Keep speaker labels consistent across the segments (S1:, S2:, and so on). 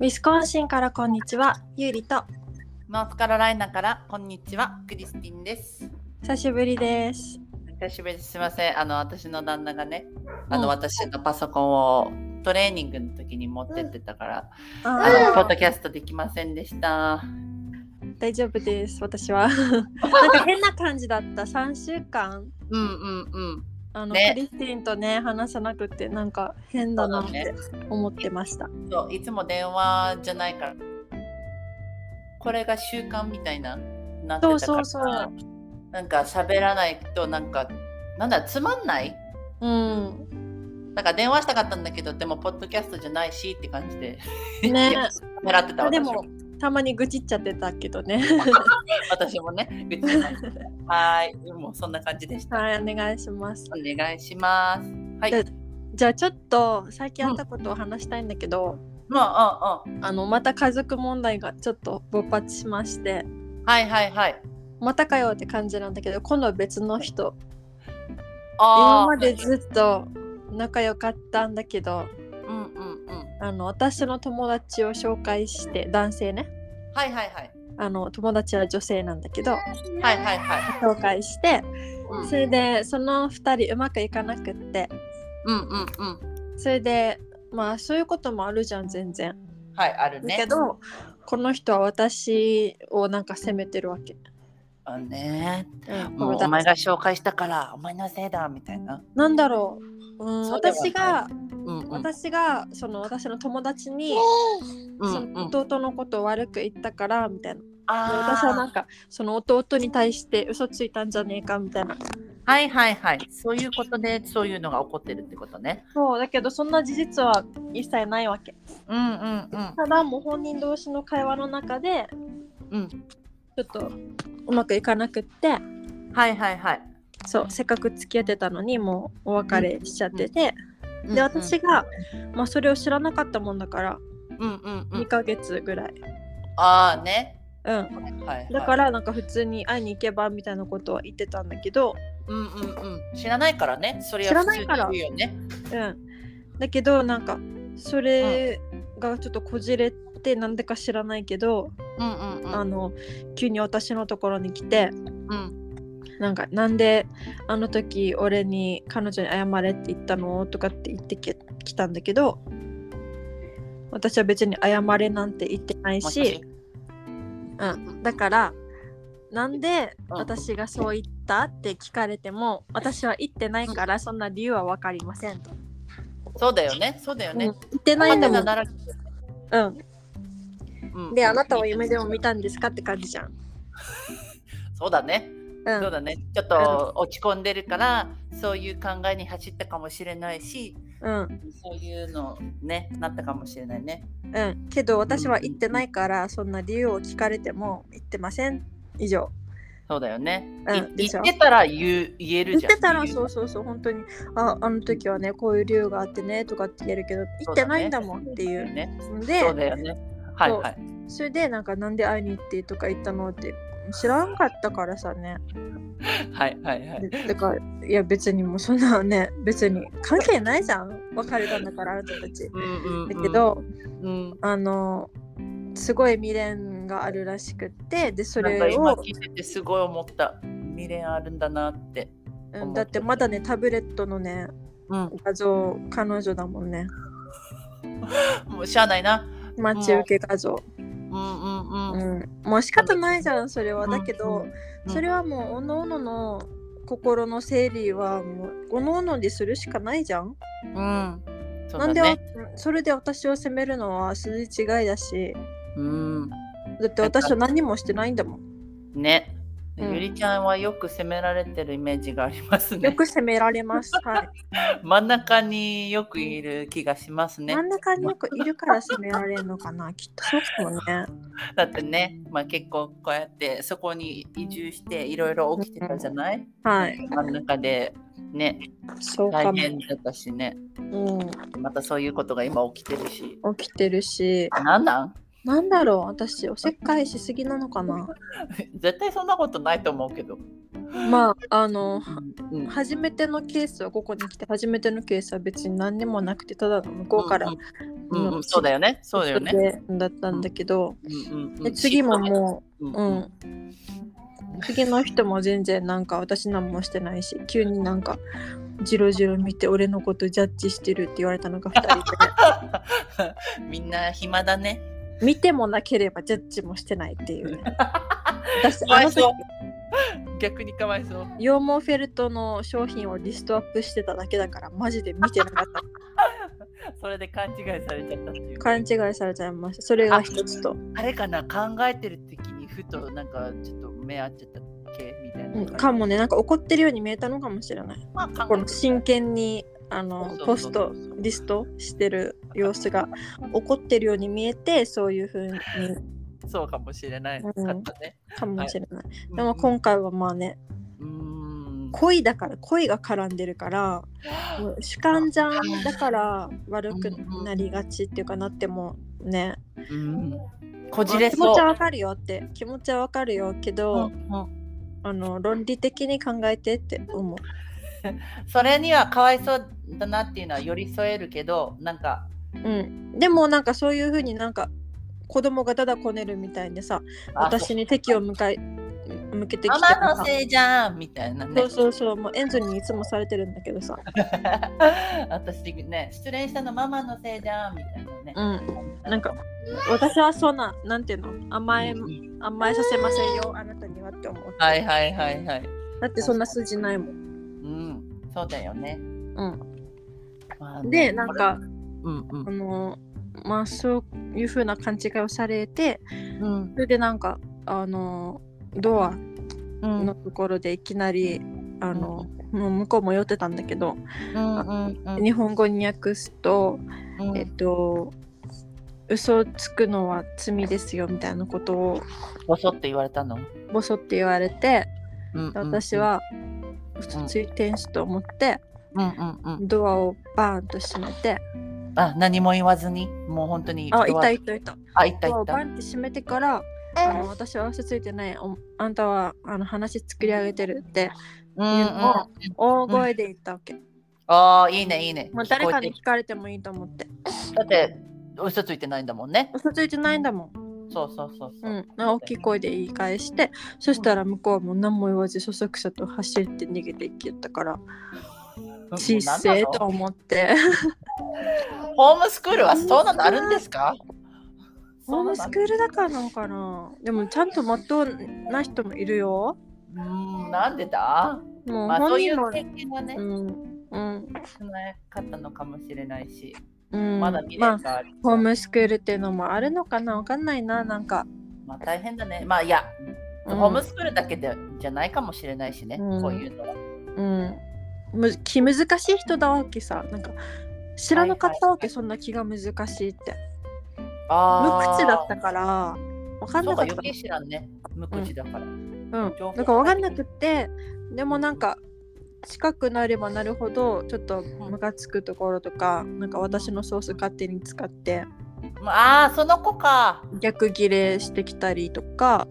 S1: ウィスコンシンからこんにちは、ゆうりと
S2: ノースカロライナからこんにちは、クリスティンです。
S1: 久しぶりです。
S2: 久しぶりです。すみません。あの私の旦那がね、あ
S1: うん
S2: の私のパソコンをトレーニングの時に持ってってたから、あのポ
S1: あ
S2: ッドキャストできませんでした。
S1: ー大丈夫です、私は。なんか変な感じだった、3週間。
S2: うんうんうん。
S1: あの、
S2: ね
S1: クリスティンとね、話さなくて、なんか変だなっ
S2: そうだ
S1: て思ってました。
S2: そういつも電話じゃないから、これが習慣みたいななってたから、
S1: そうそうそう
S2: なんか喋らないとなんかなんだつまんない。
S1: うん。
S2: なんか電話したかったんだけど、でもポッドキャストじゃないしって感じで、
S1: ね
S2: 狙ってた私
S1: で
S2: も
S1: も、たまに愚痴っちゃってたけどね。
S2: 私もね、愚痴じゃないですはい、もうそんな感じでした。
S1: はい、お願いします。
S2: お願いします。はい。
S1: でじゃあちょっと最近あったことを話したいんだけど、
S2: まあ、うん
S1: あのまた家族問題がちょっと勃発しまして
S2: うん。はいはいはい。
S1: またかよって感じなんだけど今度は別の人
S2: あ
S1: 今ま
S2: ー
S1: でずっと仲良かったんだけど
S2: うんうんうん。
S1: あの私の友達を紹介して男性ね
S2: はいはいはい。
S1: あの友達は女性なんだけど
S2: はいはいはい。
S1: 紹介して
S2: うん
S1: それでその2人うまくいかなくって
S2: うんうんうん。
S1: それでまあそういうこともあるじゃん全然。
S2: はい、ある
S1: だ
S2: ね。
S1: けどこの人は私をなんか責めてるわけ。
S2: あね。
S1: うん
S2: もうお前が紹介したから、お前のせいだみたいな。
S1: なんだろう、うん、
S2: そうでもな
S1: 私
S2: い
S1: が、
S2: うんうん。うん
S1: 私がその私の友達に、その
S2: うん。
S1: 弟のことを悪く言ったからみたいなで私はな
S2: あ
S1: んかその弟に対して嘘ついたんじゃねえかみたいな
S2: あ。はいはいはい。そういうことで、そういうのが起こってるってことね。
S1: そうだけどそんな事実は一切ないわけ
S2: うんうんうん。
S1: ただもう本人同士の会話の中で
S2: うん。
S1: ちょっとうまくいかなくって
S2: はいはいはい。
S1: そうせっかく付き合ってたのにもうお別れしちゃってて、
S2: うんうん
S1: で私。が、まあ、それを知らなかったもんだから
S2: うんうんう
S1: 2
S2: ん。
S1: ヶ月ぐらい、
S2: ああね。
S1: うん、
S2: はい、
S1: だからなんか普通に会いに行けばみたいなことは言ってたんだけど、
S2: うんうんうん、知らないからね、それは
S1: 知らないから
S2: 普通に言うよね。
S1: うん、だけどなんかそれがちょっとこじれてなんでか知らないけど、
S2: うんうんうん。
S1: あの急に私のところに来て
S2: うん、
S1: なんかなんであの時俺に彼女に謝れって言ったのとかって言ってき来たんだけど私は別に謝れなんて言ってない
S2: も
S1: し
S2: し
S1: うん、だからなんで
S2: うん
S1: 私がそう言ったって聞かれても私は言ってないからそんな理由は分かりませんと。
S2: そうだよね、そうだよね。
S1: うん言ってないんだも
S2: あなたが
S1: ん。
S2: う
S1: うんん、であなたを夢でも見たんですかって感じじゃん。
S2: そうだね、
S1: う
S2: そうだね。ちょっと落ち込んでるから、そういう考えに走ったかもしれないし、
S1: ん、うん、
S2: そういうのね、なったかもしれないね。
S1: うん。けど私は言ってないからそんな理由を聞かれても言ってません。以上。
S2: そうだよね。
S1: うん
S2: い
S1: でしょ
S2: 言ってたら言う言
S1: 言
S2: える
S1: っ
S2: じゃん。
S1: てたら
S2: 言
S1: そうそうそう本当にああの時はねこういう理由があってねとかって言えるけど言ってないんだもんっていう。
S2: ね。
S1: で
S2: そうだよね。はいはい。
S1: それでなんかなんで会いに行ってとか言ったのって知らんかったからさね。
S2: はいはいはい。
S1: だからいや別にもうそんなね別に関係ないじゃん別れたんだからあなたたち。
S2: うんうん、うん。
S1: だけ、ど
S2: うん、
S1: あのすごい未練があるらしくってでそ
S2: なんか
S1: れ
S2: 今
S1: を、
S2: 聞いててすごい思った。未練あるんだなって。
S1: うん、だってまだねタブレットのね
S2: うん、
S1: 画像彼女だもんね
S2: もうしゃあないな。
S1: 待ち受け画像。
S2: うんうん
S1: う
S2: うん。
S1: ん、もう仕方ないじゃんそれは。
S2: うん
S1: だけど
S2: うん
S1: それはもうおのおのの心の整理はもうおのおのでするしかないじゃん。
S2: うん。そう
S1: な
S2: だ
S1: ん
S2: ね
S1: でわそれで私を責めるのは筋違いだし。
S2: うん。
S1: だって私は何もしてないんだもん。
S2: ね。
S1: うん
S2: ゆりちゃんはよく責められてるイメージがあります
S1: よ
S2: ね。
S1: く責められます。はい。
S2: 真ん中によくいる気がします ね
S1: 真。ん中によくいるから責められるのかな。きっとそうかもね。
S2: だってね、まあ結構こうやってそこに移住していろいろ起きてたじゃない
S1: はい。
S2: 真ん中でね、
S1: そうか
S2: 大
S1: も。
S2: 変だったしね。
S1: う
S2: またそういうことが今起きてるし。
S1: ん。起きてるし。
S2: なんなん
S1: なんだろう。私、おせっかいしすぎなのかな。
S2: 絶対そんなことないと思うけど。
S1: まあ、あの、
S2: うん
S1: 初めてのケースは、ここに来て初めてのケースは別に何にもなくて、ただの向こうから
S2: うんうんうん、そうだよね。そうだよね。
S1: だったんだけど、
S2: うんうんうん
S1: で次もも
S2: う
S1: う、うんん、次の人も全然なんか私何もしてないし急になんかジロジロ見て俺のことジャッジしてるって言われたのが2人で
S2: みんな暇だね。
S1: 見てもなければジャッジもしてないっていうね 私
S2: かわ
S1: あ
S2: い
S1: の時
S2: そう逆にかわいそう。
S1: 羊毛フェルトの商品をリストアップしてただけだからマジで見てなかった
S2: それで勘違いされちゃったっていう。
S1: 勘違いされちゃいましたそれが一つと、
S2: あれかな考えてる時にふとなんかちょっと目合っちゃったっけみたいな
S1: う
S2: 感
S1: ん
S2: じ。
S1: かもねなんか怒ってるように見えたのかもしれない
S2: まあ考えてる
S1: この真剣にあの
S2: そう
S1: ポ
S2: そ
S1: ス
S2: うそう
S1: トリストしてる様子が怒ってるように見えてそういう風に
S2: そうかもしれない。
S1: うん
S2: かったね。
S1: かもしれない、で
S2: う
S1: も
S2: ん
S1: 今回はまあね
S2: うん。
S1: 恋だから恋が絡んでるからもう主観じゃんだから悪くなりがちっていうかなってもね、
S2: うんこ
S1: ま
S2: じ
S1: あ
S2: れ
S1: 気持
S2: そう
S1: ちは。わかるよって気持ちはわかるよけど、
S2: うんうん
S1: あの論理的に考えてって思う
S2: それにはかわいそうだなっていうのは寄り添えるけどなんか
S1: うん、でもなんかそういうふうになんか子供がただこねるみたいでさ
S2: あ
S1: 私に敵を向かい向けてきて
S2: ママ
S1: さ
S2: のせいじゃんみたいなね
S1: そうそうそうもうエンゾにいつもされてるんだけどさ、
S2: 私ね失恋したのママのせいじゃんみたいなね
S1: う、ん、なんか私はそんななんていうの甘え
S2: うん
S1: 甘えさせませんよあなたにはって思う、
S2: はいはいはいはい
S1: だってそんな筋ないもん、
S2: うんそうだよね
S1: う
S2: まあ
S1: ん、
S2: ね
S1: でなんか
S2: うんうん
S1: あのまあそういうふうな勘違いをされて
S2: うん
S1: それでなんかあのドア
S2: うん
S1: のところでいきなりあの、もう向こうも寄ってたんだけど、
S2: うん
S1: 日本語に訳すと、
S2: うん
S1: えっと嘘をつくのは罪ですよみたいなことを
S2: ボソって言われたの
S1: ボソって言われてで私は
S2: う
S1: 嘘
S2: ん
S1: ついてんしと思って
S2: うんうんうん
S1: ドアをバーンと閉めて
S2: あ何も言わずにもう本当に
S1: あいたいたいた
S2: あいたい
S1: ドアを
S2: た
S1: バーンって閉めてからあの私は嘘ついてないおあんたはあの話作り上げてるって
S2: うんうん
S1: 大声で言ったわけ、
S2: あーいいねいいね
S1: もう誰かに聞かれてもいいと思って
S2: だって嘘ついてないんだもんね
S1: 嘘ついてないんだもん
S2: そうそうそうそうう、
S1: ん、大きい声で言い返してそしたら向こうはもう何も言わずそそくさと走って逃げていきよったからちっせえと思 って
S2: ホームスクールはそうなのあるんですか
S1: ホームスクールだからなのかなでもちゃんとまっとうな人もいるよ
S2: うーんなんでだ
S1: もう
S2: まあそ
S1: 本
S2: うい
S1: 人
S2: う
S1: の
S2: 経験がね、
S1: うんうん
S2: 少なかったのかもしれないし、
S1: うん
S2: まだ未
S1: ま
S2: 練
S1: あ
S2: がある、
S1: ホームスクールっていうのもあるのかなわかんないななんか、
S2: まあ大変だねまあいや、
S1: うん
S2: ホームスクールだけでじゃないかもしれないしね、
S1: うん
S2: こういうのは
S1: うん、む気難しい人だわけさなんか知らなかったわけ、
S2: はいはいはい
S1: そんな気が難しいって無
S2: あー
S1: 口だったからわかん
S2: そ
S1: なか
S2: うか
S1: っ
S2: 余
S1: た
S2: 計知らんね無口だから、
S1: うん
S2: 情報、
S1: なんか分かんなくってでもなんか近くなればなるほどちょっとムカつくところとかなんか私のソース勝手に使って
S2: まああーその子か
S1: 逆ギレしてきたりとか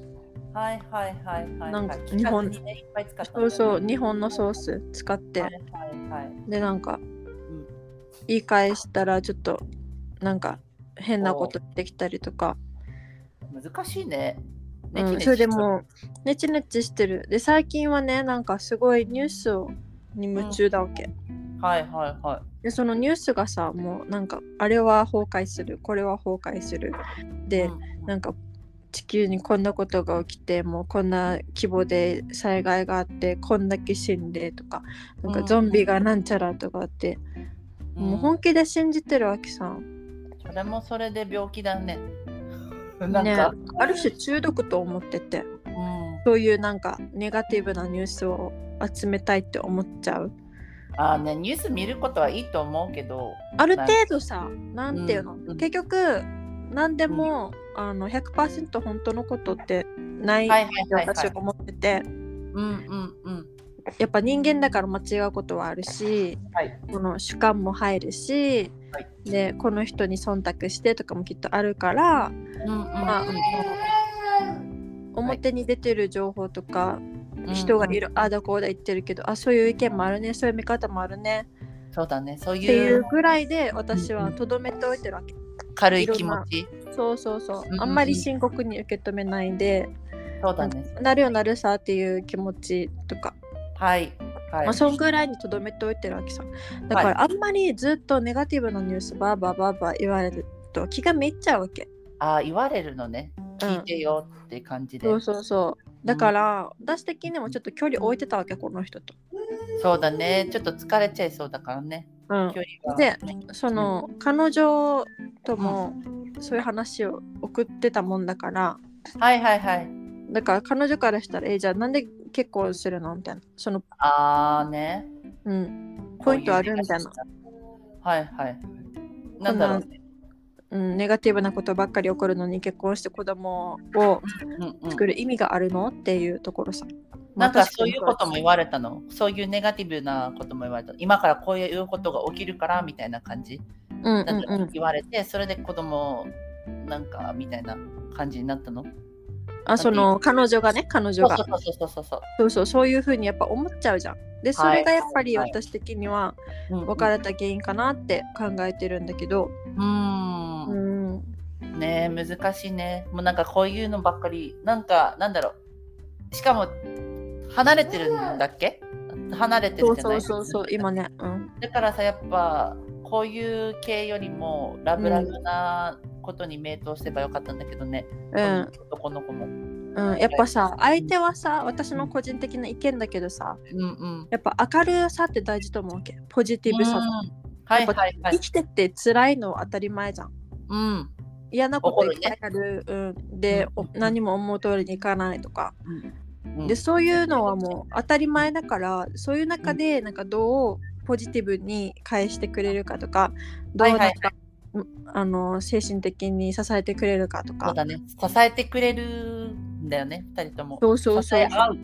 S2: はいはいはいはいはい
S1: なんか
S2: 聞かずにねいっぱい使ったんだ
S1: そ
S2: よ
S1: う
S2: ね
S1: そう日本のソース使って
S2: はいはいはい
S1: でなんか
S2: ん
S1: 言い返したらちょっとなんか変なことできたりとか、
S2: 難しいね。ね
S1: うん、それでもうネチネチしてるで最近はねなんかすごいニュースをに夢中だわけ。
S2: はいはいは
S1: でそのニュースがさもうなんかあれは崩壊するこれは崩壊する
S2: い。
S1: で、
S2: うん
S1: なんか地球にこんなことが起きてもうこんな規模で災害があってこんだけ死んでとかなん
S2: う
S1: か
S2: ん
S1: ゾンビがなんちゃらとかあって、もう本気で信じてるわけさ
S2: それもそれで病気だね。なんか、
S1: ねある種中毒と思ってて
S2: うん、
S1: そういうなんかネガティブなニュースを集めたいって思っちゃう
S2: あーねニュース見ることはいいと思うけど、
S1: ある程度さなんていうの、
S2: うん
S1: 結局何でも、あの100%本当のことってない
S2: はい
S1: って
S2: はいはいは
S1: 私
S2: い
S1: は。思ってて、
S2: うんうんうん。
S1: やっぱ人間だから間違うことはあるし、
S2: はい
S1: この主観も入るし、
S2: はい
S1: でこの人に忖度してとかもきっとあるから、
S2: うんうん。
S1: まあ表に出てる情報とか、
S2: うん
S1: 人がいる、ああだこうだ言ってるけどあそういう意見もあるねそういう見方もあるね
S2: そうだねそう
S1: って
S2: い
S1: いううぐらいで私
S2: う
S1: は
S2: ん
S1: とどめておいてるわけ。
S2: 軽い気持ち
S1: そうそうそう
S2: うんうん
S1: あんまり深刻に受け止めないで、
S2: そうだね
S1: なるよなるさっていう気持ちとか、
S2: はいはい、
S1: まあ、そんぐらいにとどめておいてるわけさだからあんまりずっとネガティブなニュースバーバーバーバー言われると気がめいっちゃうわけ、
S2: ああ言われるのね聞いてよって感じで、
S1: そうそうそうだから、私的にもちょっと距離置いてたわけこの人と。
S2: そうだねちょっと疲れちゃいそうだからね
S1: うん
S2: 距、離が
S1: でその、彼女ともそういう話を送ってたもんだから
S2: はいはいはい
S1: だから彼女からしたら「えじゃあなんで結婚するの?」みたいなその、
S2: ああね
S1: うん、ポイントあるみたいな、
S2: はいはいなんだろうね
S1: うん、ネガティブなことばっかり起こるのに結婚して子供を
S2: うんうん
S1: 作る意味があるのっていうところさ。
S2: なんか
S1: まあ
S2: そういうことも言われたのそういうネガティブなことも言われた今からこういうことが起きるからみたいな感じ
S1: うん
S2: なんか
S1: うんうん、
S2: 言われて、それで子供なんかみたいな感じになったの
S1: あその彼女がね彼
S2: そ
S1: 女が
S2: うそうそうそうそうそう
S1: そうそうそういうふうにやっぱ思っちゃうじゃん。でそれがやっぱり
S2: はい
S1: 私的には
S2: うん
S1: 別れた原因かなって考えてるんだけど、
S2: う
S1: うんん、
S2: ねえ難しいねもうなんかこういうのばっかりなんかなんだろうしかも離れてるんだっけ離れて
S1: そ
S2: る
S1: う
S2: じゃ
S1: そ
S2: ないう
S1: そうそう今ね、うん、
S2: だからさやっぱこういう系よりもラブラブなことに名刀すればよかったんだけどね、
S1: うん、
S2: 男の子もうん
S1: うん、やっぱさ相手はさ私の個人的な意見だけどさ
S2: うん
S1: やっぱ明るさって大事と思うわけポジティブさ、
S2: うんはいはいは
S1: 生
S2: い
S1: きてって辛いのは当たり前じゃん
S2: うん
S1: 嫌なこといっぱいある、うん、で、お
S2: うん
S1: 何も思う通りにいかないとか、
S2: うん
S1: でそういうのはもう当たり前だからそういう中でなんかどうポジティブに返してくれるかとかどう
S2: はい
S1: なん
S2: は
S1: か、
S2: い
S1: うんあの精神的に支えてくれるかと
S2: そ
S1: か
S2: うだね支えてくれるんだよね二人とも
S1: そうそう
S2: 支
S1: そう
S2: え合う、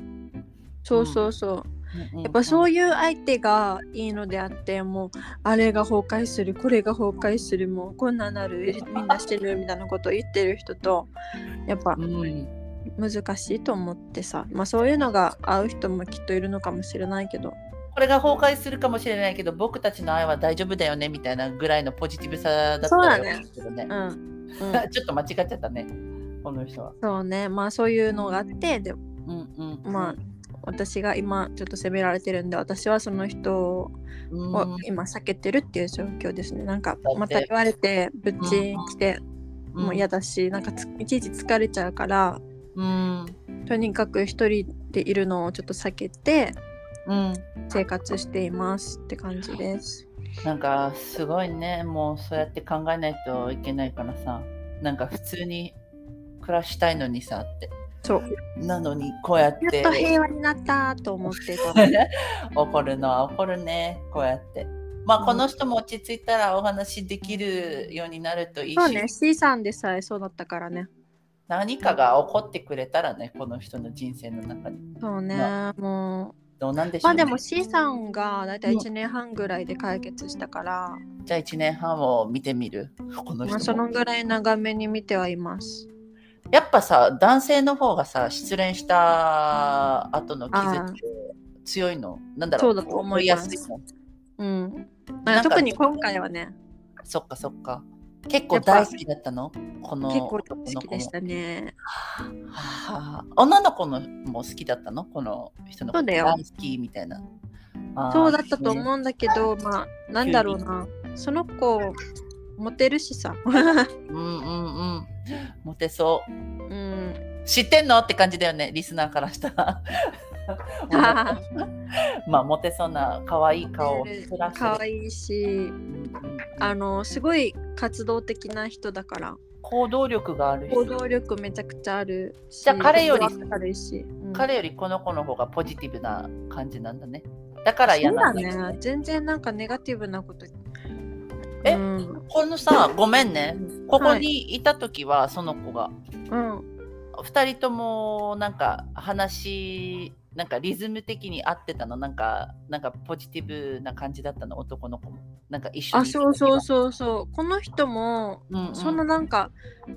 S1: そうそうそうやっぱ
S2: う
S1: そ
S2: ん
S1: ういう相手がいいのであってもうあれが崩壊するこれが崩壊するもうこんなんなるみんなしてるみたいなことを言ってる人とやっぱ
S2: うん
S1: 難しいと思ってさ、まあ、そういうのが合う人もきっといるのかもしれないけど
S2: これが崩壊するかもしれないけど僕たちの愛は大丈夫だよねみたいなぐらいのポジティブさだったらよかったけどね
S1: うん、 うん、
S2: ちょっと間違っちゃったねこの人は、
S1: そうねまあそういうのがあってで
S2: うんうん
S1: まあ私が今ちょっと責められてるんで私はその人を
S2: うん
S1: 今避けてるっていう状況ですねなんか
S2: だって
S1: また言われてぶっちん来てもう嫌
S2: だ、
S1: だし、なんかついちいち疲れちゃうから
S2: うん
S1: とにかく一人でいるのをちょっと避けて
S2: うん、
S1: 生活していますって感じです。
S2: なんかすごいねもうそうやって考えないといけないからさなんか普通に暮らしたいのにさって
S1: そう
S2: なのにこうやっ
S1: やってと平和になったと思ってた
S2: 怒るのは怒るねこうやってまあこの人も落ち着いたらお話できるようになるといいし、
S1: そうね C さんでさえそうだったからね。
S2: 何かが起こってくれたらねこの人の人生の中に
S1: そうね、
S2: ま
S1: も
S2: どうなんで
S1: う
S2: しょ
S1: まあ
S2: う、ね
S1: でも C さんがだいたい1年半ぐらいで解決したから、
S2: じゃあ1年半を見てみるこの
S1: まあ、
S2: 人
S1: そ
S2: も
S1: のぐらい長めに見てはいます。
S2: やっぱさ男性の方がさ失恋した後の傷って強いのなんだろう
S1: そうだと思います
S2: 覚えやすいの
S1: うん、
S2: なんか
S1: 特に今回はね
S2: そっかそっか結構大好きだったのこの
S1: 結構
S2: 男の子
S1: 好
S2: も
S1: きでしたね。
S2: はあ、女の子のも好きだったのこの人のこと
S1: そうだよ
S2: 大好きみたいな。あー
S1: そうだったと思うんだけど、まあ、なんだろうな。その子、モテるしさ。
S2: うんうんうん。モテそ
S1: うん。
S2: う。知ってんのって感じだよね、リスナーからしたら。 まあ、モテそうな可愛い顔を照らしてる
S1: 可愛いし、
S2: うんうん
S1: あの、すごい活動的な人だから、
S2: 行動力がある人
S1: 行。動力めちゃくちゃあるし、
S2: じゃあ彼より
S1: 明るいし。うん
S2: 彼よりこの子の方がポジティブな感じなんだね。だから
S1: そ
S2: 嫌
S1: う
S2: な
S1: だ
S2: んだ
S1: ね。全然なんかネガティブなこと。
S2: え
S1: うん。
S2: このさ、ごめんね。ここ
S1: は
S2: にいた時は、その子が
S1: うん。
S2: 2人ともなんか話なんかリズム的に合ってたのなんかなんかポジティブな感じだったの男の子もなんか一緒に
S1: あ、そうそうそうそう。この人も、
S2: うん、うん、
S1: そんななんか、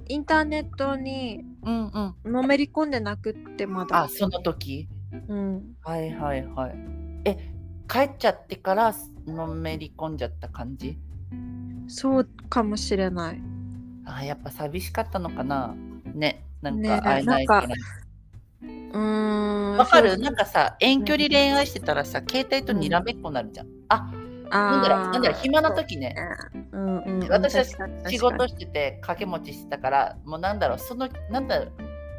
S1: インターネットに、
S2: うんうん
S1: のめり込んでなくってまだ
S2: あその時
S1: うん、
S2: はいはいはいえ帰っちゃってからのめり込んじゃった感じ
S1: そうかもしれない
S2: あーやっぱ寂しかったのかなねなん
S1: ね
S2: か会えない
S1: なん
S2: か
S1: からうーん
S2: わか
S1: そ
S2: る
S1: う
S2: なんかさ遠距離恋愛してたらさ携帯とにらめっこになるじゃん、あなんだろうなんだろう暇な時ね
S1: うんうんうん
S2: 私は
S1: 確かに確かに
S2: 仕事してて掛け持ちしてたからもうなんだろうそのなんだろう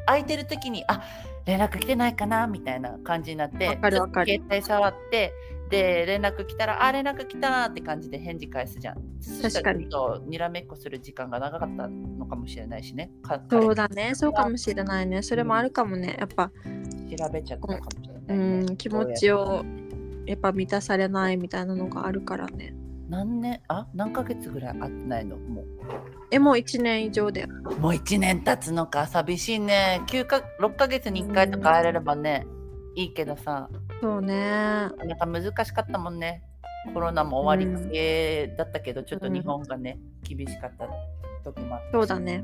S2: 空いてる時にあ連絡来てないかなみたいな感じになって
S1: わかる
S2: ちょっと
S1: わかる
S2: 携帯触ってで連絡来たらあ連絡来たって感じで返事返すじゃん
S1: 確かに
S2: そしたらちょっとにらめっこする時間が長かったのかもしれないしねか
S1: そうだねそうかもしれないねそれもあるかもねやっぱ
S2: 彼調べちゃったかもしれ
S1: う
S2: ないね、
S1: ん気持ちをやっぱ満たされないみたいなのがあるからね
S2: 何年あ何ヶ月ぐらい会ってないのもう
S1: えもう1年以上だよ
S2: もう1年経つのか寂しいね9か6ヶ月に1回とか会えればね、いいけどさ
S1: そうね
S2: なんか難しかったもんねコロナも終わりかけだったけど、ちょっと日本がね厳しかった時もあった
S1: そうだね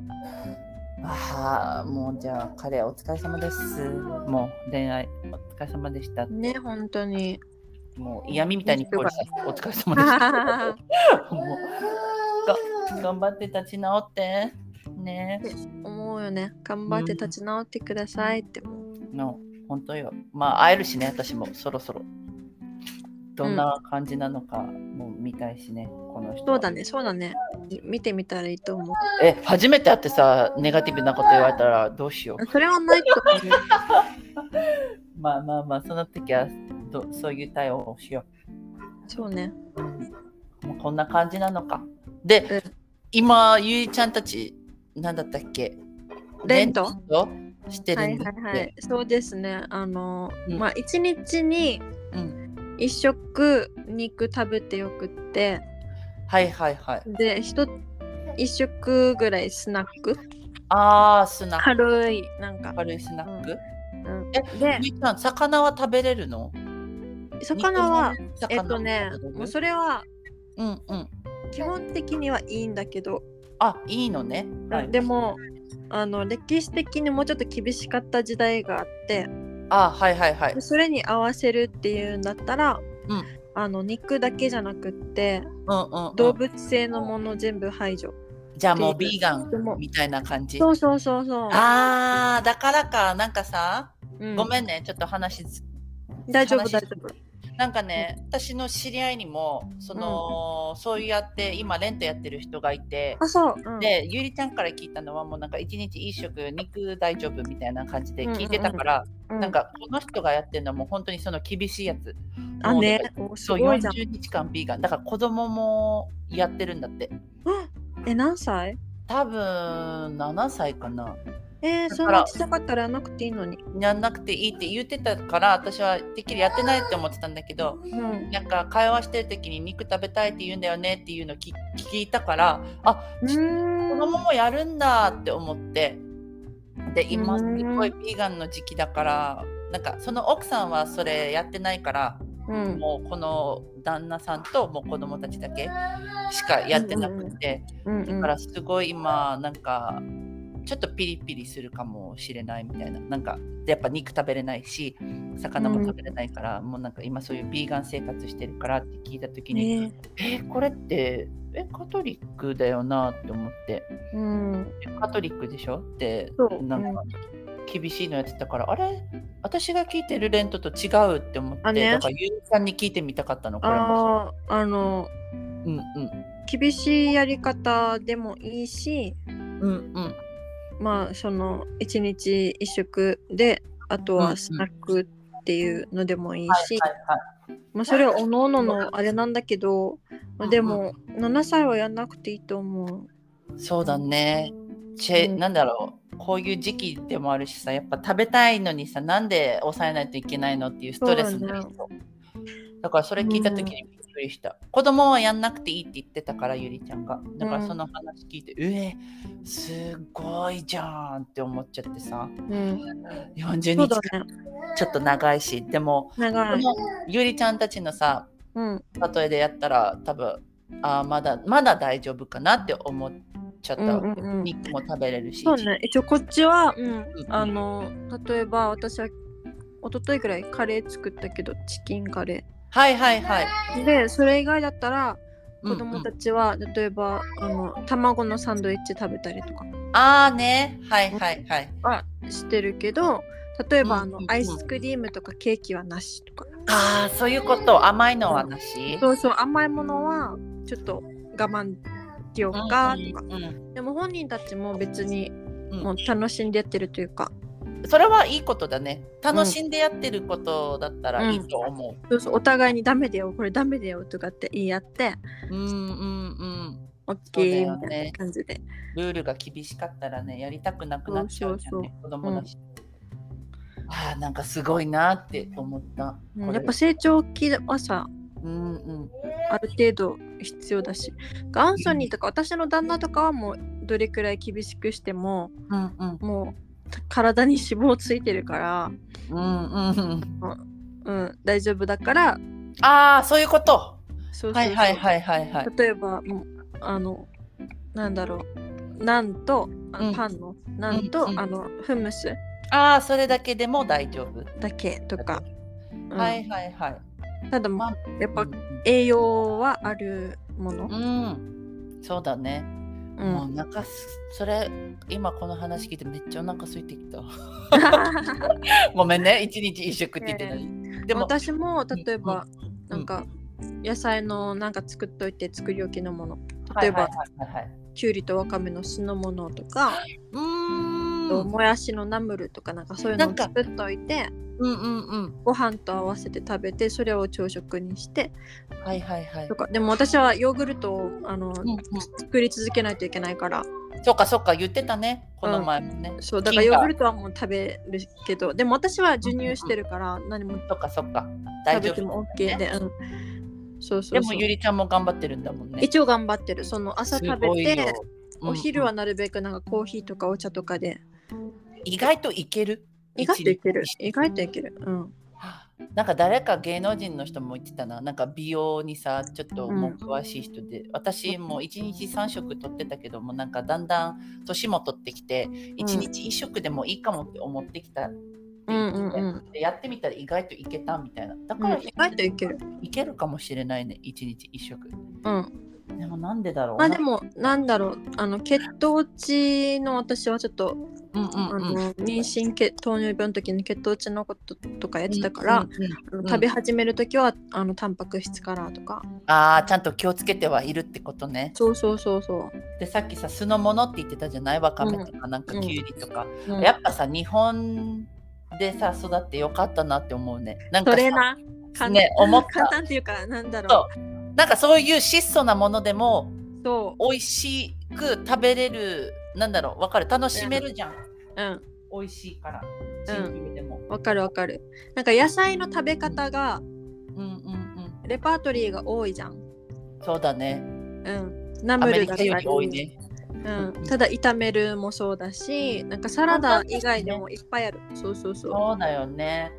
S2: ああもうじゃあ彼お疲れ様ですもう恋愛お疲れ様でした
S1: ね本当 に
S2: もう嫌味みたいに聞こえ たお疲れ様でし
S1: は
S2: たもうが頑張って立ち直ってね
S1: 思うよね頑張って立ち直ってくださいってもう
S2: の本当よまあ会えるしね私もそろそろどんな感じなのかも見たいしね、この人
S1: そうだねそうだね見てみたらいいと思う
S2: え初めて会ってさネガティブなこと言われたらどうしよう
S1: それはないと思う
S2: まあまあまあその時はどそういう対応をしよ
S1: そうね
S2: うもうこんな感じなのかで、
S1: うん
S2: 今ゆいちゃんたちなんだったっけ
S1: レント
S2: トして
S1: は
S2: る
S1: い
S2: んだ
S1: は
S2: っ
S1: い
S2: け、
S1: はいそうですねあの、
S2: うん
S1: まあ一日に
S2: うん
S1: 一食肉食べてよくって
S2: はいはいはい
S1: で一一食ぐらいスナック
S2: ああスナック
S1: 軽いなんか、
S2: 軽いスナック、
S1: うん
S2: え
S1: で
S2: ゆいちゃん魚は食べれるの
S1: 魚は
S2: 肉も
S1: え
S2: 魚
S1: っとねもうそれは
S2: うんうん。
S1: 基本的にはいいんだけど、
S2: あ、いいのね。はい
S1: でもあの歴史的にもうちょっと厳しかった時代があって
S2: あ、はいはいはい
S1: で。それに合わせるっていうんだったら、
S2: うん
S1: あの肉だけじゃなくって
S2: うんうん、うん。
S1: 動物性のもの全部排除、
S2: じゃあもうビーガン
S1: でも
S2: みたいな感じ。
S1: そうそうそうそう、
S2: ああ、だからか、なんかさ、
S1: うん、
S2: ごめんね、ちょっと話ず。
S1: 大丈夫
S2: 話
S1: 大丈夫
S2: なんかね、私の知り合いにも、その、そうやって、今レントやってる人がいて。
S1: あそう、うん、
S2: で、ゆりちゃんから聞いたのは、もうなんか一日一食肉大丈夫みたいな感じで聞いてたから、
S1: う
S2: なんかこの人がやってるのはもう本当にその厳しいやつ。
S1: あ
S2: もう
S1: ね
S2: なんか
S1: おす
S2: そう
S1: ごいじゃん
S2: 40日間ビーガンだから子供もやってるんだって
S1: え何歳
S2: 多分7歳かな
S1: えー、
S2: だ
S1: そ
S2: か
S1: んな
S2: ら
S1: ちっちゃかったらやんなくていいのに
S2: やんなくていいって言ってたから私はてっきりやってないって思ってたんだけど
S1: うん
S2: なんか会話してる時に肉食べたいって言うんだよねっていうのを聞聞いたからあ
S1: う
S2: ち子
S1: ーん
S2: 供もやるんだって思ってで今
S1: う
S2: すっ
S1: ん
S2: ごいビーガンの時期だからなんかその奥さんはそれやってないから
S1: うん
S2: もうこの旦那さんともう子供たちだけしかやってなくて、
S1: うんう
S2: だ
S1: ん
S2: からすごい今なんかちょっとピリピリするかもしれないみたいななんかやっぱ肉食べれないし魚も食べれないから、もうなんか今そういうビーガン生活してるからって聞いた時に、
S1: ね
S2: えこれってえカトリックだよなって思って
S1: うん
S2: えカトリックでしょって
S1: そう
S2: なんか厳しいのやってたから、あれ私が聞いてるレントと違うって思って、
S1: あね
S2: だからゆうさんに聞いてみたかったのこれも。
S1: あーあの
S2: うんうん
S1: 厳しいやり方でもいいし
S2: うんうん
S1: まあその一日一食であと
S2: うんう
S1: は
S2: ん
S1: スナックっていうのでもいいし、
S2: はいはい
S1: まあ、それはおのおののあれなんだけど、まあ、でも7歳はやんなくていいと思
S2: そうだね。チェ、
S1: うん
S2: なんだろう。こういう時期でもあるしさ、やっぱ食べたいのにさ、なんで抑えないといけないのっていうストレスになりそう。だからそれ聞いた時にびっくりした、子供はやんなくていいって言ってたから、ゆりちゃんが。だからその話聞いて、うえ、すごいじゃんって思っちゃってさ、
S1: う。うん、
S2: 40
S1: そう
S2: 日
S1: だ
S2: 間
S1: ね。
S2: ちょっと長いし、でも、
S1: 長い。
S2: このゆりちゃんたちのさ、
S1: うん。
S2: 例えでやったら多分あーまだまだ大丈夫かなって思っちゃった、
S1: うんうんうん
S2: 肉も食べれるし
S1: そうね。一応こっちは、うん
S2: う、ん
S1: あの例えば私は一昨日ぐらいカレー作ったけどチキンカレ
S2: はいはいはい、
S1: ー。でそれ以外だったら子供たちは、例えばあの卵のサンドイッチ食べたりとか
S2: ああねはいはいはい
S1: はしてるけど例えばあ
S2: うんう
S1: の
S2: んうん
S1: アイスクリームとかケーキはなしとか
S2: ああそういうこと甘いのはなし
S1: そうそう甘いものはちょっと我慢しようかとか
S2: うんうん
S1: でも本人たちも別に
S2: うん
S1: もう楽しんでやってるというか
S2: それはいいことだね楽しんでやってることだったらいいと思う
S1: そうそうお互いにダメだよこれダメだよとかって言い合って
S2: うんうんうん
S1: オッケ
S2: そ
S1: ー
S2: うだよね
S1: みたいな感じで
S2: ルールが厳しかったらねやりたくなくなっちゃうじゃんね子供だし、ああなんかすごいなって思った、
S1: うん
S2: これ
S1: やっぱ成長期はさ
S2: うんうん
S1: ある程度必要だしアンソニーとか私の旦那とかはもうどれくらい厳しくしても
S2: うんうん
S1: もうた体に脂肪ついてるから、
S2: うんうんうん
S1: うん、大丈夫だから
S2: ああそういうこと
S1: そうそうそう
S2: はいはいはいはいはい
S1: 例えばもうあのなんだろうなんとあ
S2: うん
S1: パンの、なんと、
S2: うんうん
S1: あのフムス
S2: ああそれだけでも大丈夫、
S1: だけとか、うん
S2: はいはいはい
S1: ただも
S2: まあ
S1: うやっぱ
S2: うん
S1: 栄養はあるもの、
S2: うんそうだね、
S1: う、
S2: もうんお腹すそれ今この話聞いてめっちゃお腹空いてきた ごめんね一日一食って言ってない、でも
S1: 私も例えば、
S2: うん
S1: なんか野菜のなんか作っといて作り置きのもの
S2: は
S1: 例
S2: いは
S1: え
S2: い
S1: ば
S2: はいはいはい
S1: きゅうりとわかめの酢の物とか、
S2: うー
S1: と
S2: ん
S1: もやしのナムルとかなんかそういうのを
S2: なんか
S1: 作っといて
S2: うんうんうん
S1: ご飯と合わせて食べてそれを朝食にして
S2: はいはいはい
S1: とかでも私はヨーグルトをあの、
S2: うんうん
S1: 作り続けないといけないから
S2: そっかそっか言ってたねこの前もね、
S1: そうだからヨーグルトはもう食べるけどでも私は授乳してるから何も
S2: そっかそっか大
S1: 食べ
S2: 丈夫
S1: ても OK で、うん、そうそ
S2: で
S1: うそ
S2: も
S1: う
S2: ゆりちゃんも頑張ってるんだもんね
S1: 一応頑張ってるその朝食べて、お昼は
S2: うん
S1: なるべくなんかコーヒーとかお茶とかで
S2: 意外といける
S1: 意外といける
S2: 一日
S1: 意外といけるうん
S2: なんか誰か芸能人の人も言ってたななんか美容にさちょっともう詳しい人で、私も1日3食とってたけどもなんかだんだん年も取ってきて1日1食でもいいかもって思ってきたって
S1: うん
S2: 言
S1: う
S2: ってて、
S1: んうん
S2: でやってみたら意外といけたみたいなだ
S1: う
S2: か
S1: ん
S2: ら、
S1: 意外といける
S2: いけるかもしれないね1日1食
S1: うん
S2: でもなんでだろう
S1: まあで、もなんだろうあの血糖値の私はちょっと、
S2: うんうん
S1: あ
S2: うん、
S1: の妊娠血糖尿病の時に血糖値のこととかやってたから、
S2: うんうん
S1: あの
S2: うん
S1: 食べ始める時はあのタンパク質からとか
S2: ああちゃんと気をつけてはいるってことね
S1: そうそうそうそ
S2: でさっきさ酢の物って言ってたじゃないわかめとかなんか
S1: うん
S2: きゅうりとか、
S1: う、うん
S2: やっぱさ日本でさ育ってよかったなって思うねなんか
S1: そ
S2: さ
S1: れな簡単
S2: ね思った
S1: 簡単っていうかなんだ
S2: そ
S1: ろう
S2: なんかそういう質素なものでも
S1: そ
S2: 美味しく食べれるなんだろうわかる楽しめるじゃん、
S1: ううん
S2: 美味しいから
S1: うん
S2: シンプルでも、
S1: わかるわかるなんか野菜の食べ方が
S2: うん、うんうん
S1: レパートリーが多いじゃん
S2: そうだね
S1: うん、ナ
S2: ア
S1: ム
S2: メ
S1: ル
S2: リ
S1: だっ
S2: カ
S1: たり
S2: より多いね
S1: うん、ただ炒めるもそうだし、なんかサラダ以外でもいっぱいある。そうそうそ
S2: そうだよね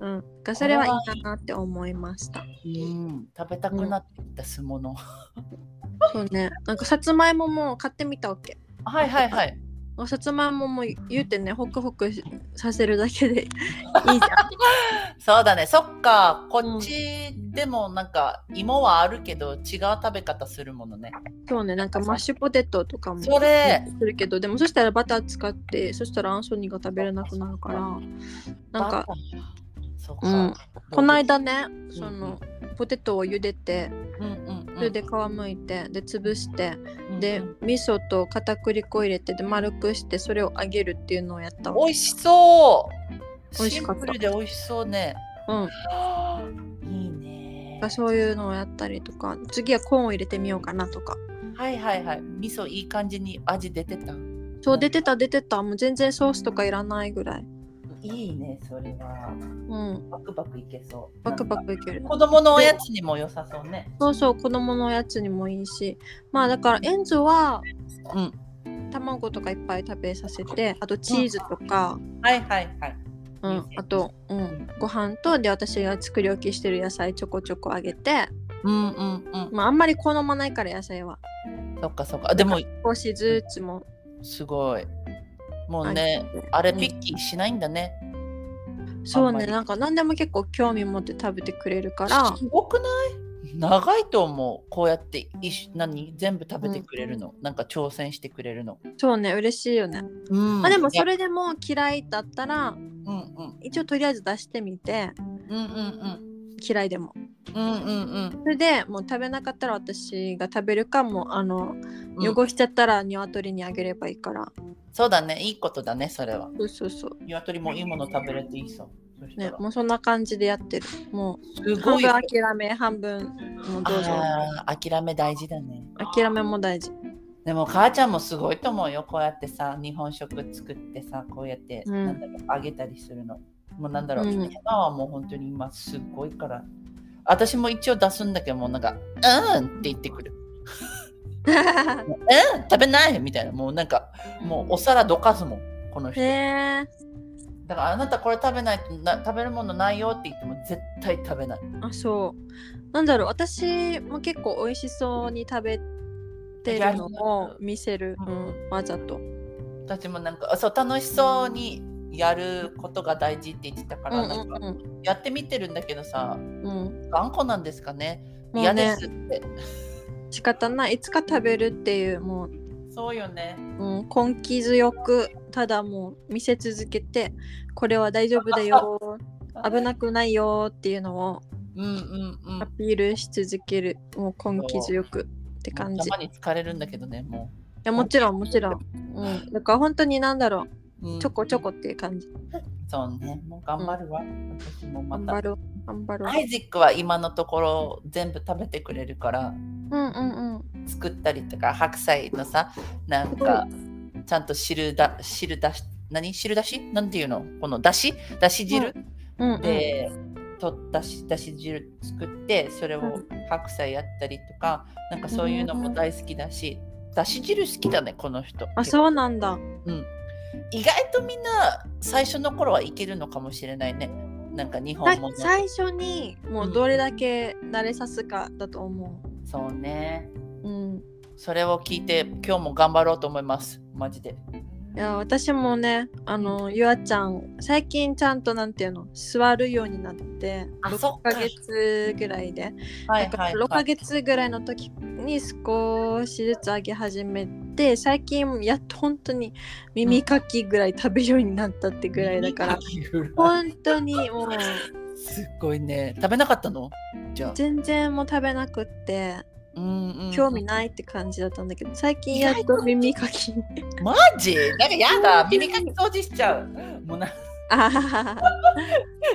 S1: う。うん、がそれはいいかなって思いました。
S2: うん食べたくなってきた酢物、
S1: そうね、なんかさつまいもも買ってみたわけ。
S2: はいはいはい
S1: さつまいもも言うてね、ホクホクさせるだけでいいじ
S2: そうだねそっかこっちでもなんか芋はあるけど違う食べ方するものね
S1: ゃん。そうね、なんかマッシュポテトとかもす
S2: それ
S1: るけど、でもそしたらバター使って、そしたらアンソニーが食べれなくなるから、なんか、
S2: バターそうか、
S1: うん、この間ね、その、ポテトを茹でて、
S2: うんうんうん、
S1: それで皮むいて、で、潰して、
S2: うんうん
S1: で味噌と片栗粉入れてで丸くしてそれを揚げるっていうのをやったわ
S2: 美味しそう
S1: 美味しかった
S2: シンプルで美味しそうね
S1: うん
S2: いいね
S1: がそういうのをやったりとか次はコーンを入れてみようかなとか
S2: はいはいはい味噌いい感じに味出てた
S1: そう出てた出てたもう全然ソースとかいらないぐらい
S2: いいねそれは
S1: うん
S2: バクバクいけそう
S1: バクバ
S2: なんか
S1: クいける
S2: 子供のおやつにも良さそうね
S1: そうそう子供のおやつにもいいしまあだからエンズは
S2: うん
S1: 卵とかいっぱい食べさせてあとチーズとか、
S2: はいはいはい
S1: うん
S2: いいね
S1: あと、うん、ご飯とで私が作り置きしてる野菜ちょこちょこ揚げて、
S2: うんうんうん
S1: まあ、あんまり好まないから野菜は
S2: そっかそっかでも
S1: 少しずつも
S2: すごいもうねあれピッキーしないんだね、
S1: そう
S2: あんま
S1: ね
S2: り
S1: なんか何でも結構興味持って食べてくれるから
S2: すごくない長いと思うこうやっていし何全部食べてくれるの、なんか挑戦してくれるの、
S1: そうね嬉しいよね、
S2: うん
S1: まあでもそ
S2: れ
S1: れでも嫌いだったら
S2: うんうん
S1: 一応とりあえず出してみて
S2: うんうん
S1: 嫌いでも
S2: うんうんうん
S1: それでもう食べなかったら私が食べるかもあの
S2: うん
S1: 汚しちゃったら鶏にあげればいいから、
S2: そうだねいいことだねそれは
S1: そうそうそう
S2: 鶏もいいもの食べれていいさそした
S1: ね
S2: ら
S1: もうそんな感じでやってるも
S2: す
S1: う半
S2: ごい
S1: 分諦め半分もうどうぞ
S2: あー諦め大事だね
S1: 諦めも大事
S2: でも母ちゃんもすごいと思うよこうやってさ日本食作ってさこうやって、
S1: うん
S2: なんだろう揚げたりするのもうなんだろう、
S1: うん
S2: 今はもう本当に今すごいから私も一応出すんだけどもうなんか「うん」って言ってくる「うん食べない」みたいなもうなんかもうお皿どかすもんこの人
S1: へえ
S2: だからあなたこれ食べないとな食べるものないよって言っても絶対食べない
S1: あそうなんだろう私も結構美味しそうに食べてるのを見せる、
S2: う
S1: うんん、わざと
S2: 私もなんかあそう楽しそうにやることが大事って言ってたから、
S1: うん
S2: なんか
S1: うん
S2: やってみてるんだけどさ
S1: うんうん
S2: 頑固なんですかね
S1: もう
S2: 嫌で
S1: ね
S2: すって。
S1: 仕方ないいつか食べるっていうもう
S2: そうよね。
S1: うん、根気強くただもう見せ続けてこれは大丈夫だ よ危なくないよっていうのを
S2: うんうんうん。
S1: アピールし続けるもう根気強くって感じい
S2: たまに疲れるんだけどね、も
S1: やもちろんもちろん、うん、だから本当になんだろ
S2: う。うん
S1: うちょこちょこっていう感じ
S2: そうね。もう頑張るわ。私もま
S1: 頑
S2: た
S1: 張。ろう頑張ろう
S2: アイジックは今のところ全部食べてくれるから
S1: うんうんうん
S2: 作ったりとか白菜のさなんかちゃんと汁だ汁だし何汁だしなんていうのこのだしだし汁、
S1: うんうん
S2: で、取ったしだし汁作ってそれを白菜やったりとかなんかそういうのも大好きだし、だし汁好きだねこの人
S1: あそうなんだ
S2: うん、意外とみんな最初の頃はいけるのかもしれないねなんか日本
S1: さ
S2: もの
S1: 最初にもうどれだけ慣れさすかだと思
S2: そうね
S1: ううん
S2: それを聞いて今日も頑張ろうと思いますマジで
S1: いや私もねあのゆあちゃん最近ちゃんとなんていうの座るようになって
S2: あそ
S1: 6
S2: っか
S1: ヶ月ぐらいで
S2: はい
S1: だか
S2: は
S1: ら
S2: い、
S1: 6
S2: は
S1: ヶ
S2: い、
S1: 月ぐらいの時に少しずつ上げ始めて最近やっと本当に耳かきぐらい食べるようになったってぐらいだから
S2: ら
S1: 本当にもう
S2: すっごいね食べなかったのじゃあ、
S1: 全然もう食べなくって
S2: うんうん、
S1: 興味ないって感じだったんだけど最近やっと耳かき
S2: マジなんかやだ耳かき掃除しちゃうもうな
S1: あ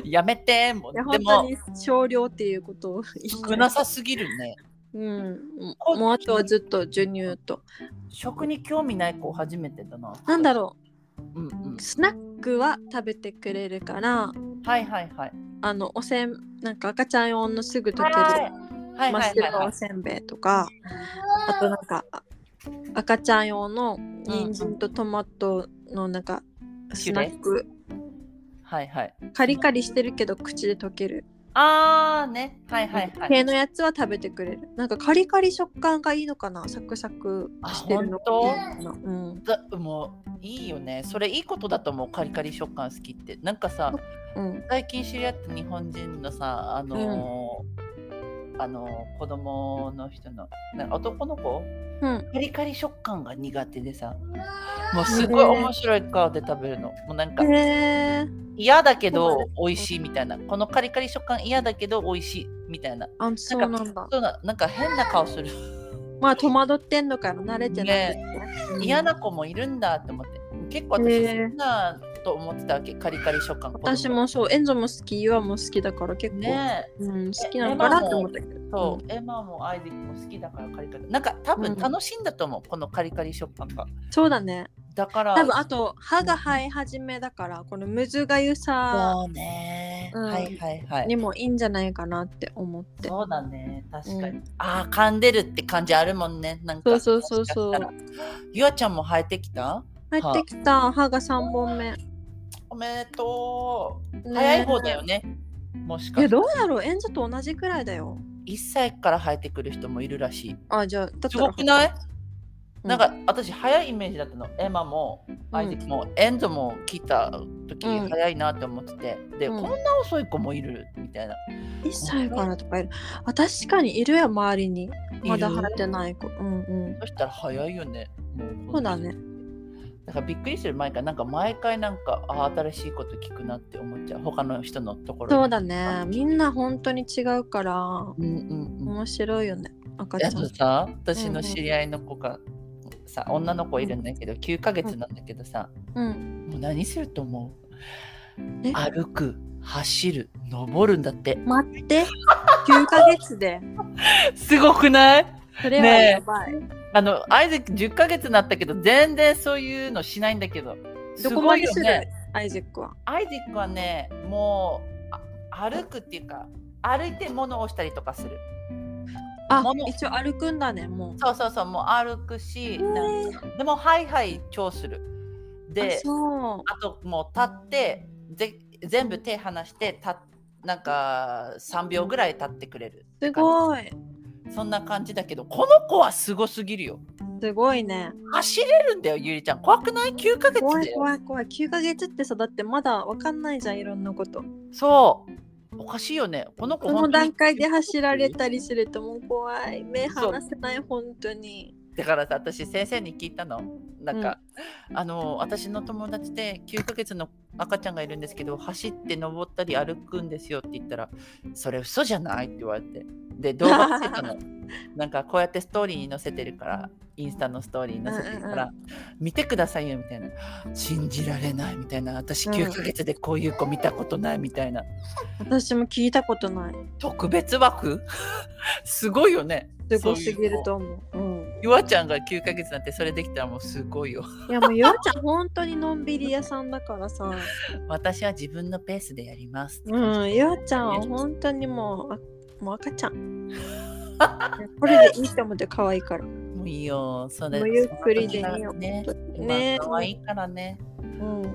S1: ー
S2: やめてもう
S1: いや
S2: で
S1: 本当
S2: も
S1: に少量っていうことを言いた
S2: 少
S1: い
S2: なさすぎるね
S1: うん、
S2: こ
S1: ももうあとはずっと授乳と。
S2: 食に興味ない子初めてだな
S1: なんだ
S2: ろ
S1: ろ
S2: う、うんうん
S1: う、スナックは食べてくれるから、
S2: はいはいはい
S1: あの、おせん、なんか赤ちゃん用のすぐ溶ける
S2: はい
S1: 真
S2: は
S1: っ
S2: いは
S1: 白
S2: いは
S1: の
S2: い
S1: おせんべいとか、あとなんか、あ赤ちゃん用の人参とトマトのなんか、スナック、
S2: はいはい。
S1: カリカリしてるけど口で溶ける
S2: あーね。はいはいは
S1: 系
S2: い。
S1: のやつは食べてくれる。なんかカリカリ食感がいいのかなサクサクしてるの
S2: あ本
S1: いいのかなうん。
S2: だもういいよね。それいいことだと思う。カリカリ食感好きって。なんかさ、
S1: うん。
S2: 最近知り合った日本人のさ、あのーあのー子供の人のな男の子
S1: うん。
S2: カリカリ食感が苦手でさもうすごい面白い顔で食べるのもうなんか
S1: へー
S2: 嫌だけど美味しいみたいなこのカリカリ食感嫌だけど美味しいみたいな
S1: あ、そうなんだ。
S2: そうななんか変な顔する
S1: まあ戸惑ってんのかな慣れてない、うん
S2: 嫌な子もいるんだと思って結構
S1: へ
S2: 私
S1: え
S2: 好きだと思ってたわけカリカリ食感
S1: 私もそうエンゾも好きユアも好きだから結構、
S2: ねえ
S1: うん、好きなのかなって思ったけど
S2: そう、エマもアイディックも好きだからカリカリなんか多
S1: う
S2: 分
S1: ん
S2: 楽しいんだと思う、このカリカリ食感が
S1: そうだね
S2: だから
S1: 多分あと歯が生え始めだからこのむずがゆさ
S2: そうね、
S1: うん
S2: はいはいはい
S1: にもいいんじゃないかなって思って
S2: そうだね確かに、
S1: う
S2: ああ噛んでるって感じあるもんねなんか
S1: そうそうそうそう
S2: もしかしたらゆあちゃんも生えてきた
S1: 入ってきた歯が3本目、ね
S2: おめでとう、早い方だよねもし
S1: い
S2: か
S1: や
S2: した
S1: ど
S2: ら
S1: うだろうエンゾと同じくらいだよ
S2: 1歳から生えてくる人もいるらしい
S1: あじゃあだっ
S2: す
S1: たら
S2: ごくないなんか私早いイメージだったのエマもアイディも、エンゾも来た時
S1: うん
S2: 早いなって思ってて、で、
S1: うん
S2: こんな遅い子もいるみたいな
S1: 1歳からとかいるあ確かにいるよ周りにまだ
S2: い
S1: 払
S2: る
S1: ってない子うんうん
S2: そしたら早いよねも
S1: そうだね
S2: だからびっくりする前からなんか毎回なんかあー新しいこと聞くなって思っちゃう他の人のところ
S1: そうだねみんな本当に違うから
S2: うんうんうん
S1: 面白いよね赤ちゃ
S2: あ
S1: ん
S2: とさ私の知り合いの子がさ女の子いるんだけど9ヶ月なんだけどさ、
S1: うん
S2: もう何すると思う
S1: え
S2: 歩く走る登るんだって
S1: 待って9ヶ月です
S2: ごくない
S1: それは
S2: ねえ
S1: やばい、
S2: あのアイゼック10ヶ月になったけど全然そういうのしないんだけど
S1: どこまですす
S2: ごい
S1: る
S2: よね
S1: アイゼックは
S2: アイゼックはねもうあ歩くっていうか歩いて物を押したりとかする
S1: あ
S2: 物
S1: 一応歩くんだねもう
S2: そうそうそうもう歩くし、
S1: ー
S2: なんかでもハイハイ超する
S1: あ
S2: で
S1: そう
S2: あともう立ってぜ全部手離して立っなんか3秒ぐらい立ってくれる
S1: すごい
S2: そんな感じだけどこの子はすごすぎるよ
S1: すごいね
S2: 走れるんだよゆりちゃん怖くない9ヶ月
S1: 怖
S2: だ
S1: い
S2: よ
S1: 怖い怖い9ヶ月ってさだってまだわかんないじゃんいろんなこと
S2: そうおかしいよねこの子
S1: この
S2: 本当に
S1: 段階で走られたりするともう怖い目離せない本当に
S2: だからさ私先生に聞いたのなんか、あの私の友達で9ヶ月の赤ちゃんがいるんですけど走って登ったり歩くんですよって言ったら「それ嘘じゃない?」って言われてで動画見てたのなんかこうやってストーリーに載せてるからインスタのストーリーに載せてるから「見てくださいよ」みたいな「信じられない」みたいな「私
S1: うん
S2: 9ヶ月でこういう子見たことない」みたいな
S1: 私も聞いたことない
S2: 特別枠 すごいよね
S1: すごすぎる
S2: そういう子
S1: と思ううん
S2: ゆわちゃんが9ヶ月なんてそれできたらもうすごいよ
S1: いやもうゆあちゃん本当にのんびり屋さんだからさ
S2: 私は自分のペースでやります。
S1: うん、ゆあちゃんは本当にもう、あもう赤ちゃん。これでいいと思って可愛いから。
S2: もういいよ。それ
S1: もうゆっくりでいいよ
S2: ね。
S1: ね
S2: まあ可愛いからね。
S1: うん。
S2: う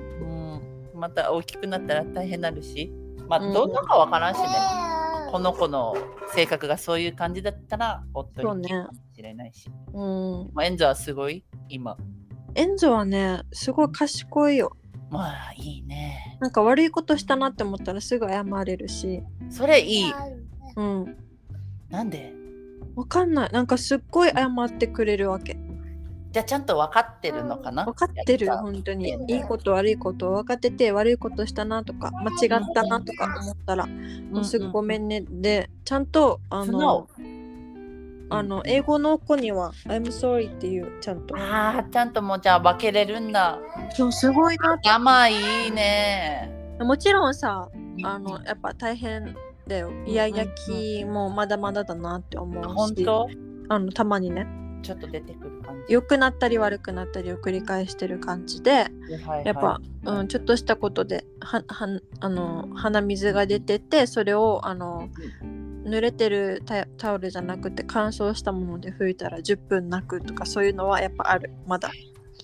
S2: ん。また大きくなったら大変なるし。まあ
S1: うん
S2: どんなかわからんしね。この子の性格がそういう感じだったら夫
S1: そう
S2: に
S1: ね
S2: 聞くかもしれないし。
S1: うん、
S2: まあエンゾはすごい今。
S1: エンゾはねすごい賢いよ
S2: まあいいね。
S1: なんか悪いことしたなって思ったらすぐ謝れるし
S2: それいい。
S1: うん
S2: なんで
S1: わかんないなんかすっごい謝ってくれるわけ
S2: じゃあちゃんと分かってるのかな
S1: 分かってる
S2: や
S1: よ
S2: た
S1: 本当にいいこと悪いこと分かってて悪いことしたなとか間違ったなとか思ったらもうすぐごめんねでちゃんとあ
S2: 素
S1: の
S2: 直
S1: あの英語の子には「I'm sorry」っていうちゃんと
S2: ああ、ちゃんともうじゃあ分けれるんだ。
S1: そうすごいな
S2: 甘いいね。
S1: もちろんさあのやっぱ大変だよイヤイヤ期もまだまだだなって思う
S2: 本
S1: し
S2: 当
S1: あのたまにね
S2: ちょっと出てくる感じ。
S1: 良くなったり悪くなったりを繰り返してる感じで
S2: はいはい
S1: やっぱ、うん、ちょっとしたことでははあの鼻水が出ててそれをあの濡れてるタタオルじゃなくて乾燥したもので拭いたら10分泣くとかそういうのはやっぱあるまだ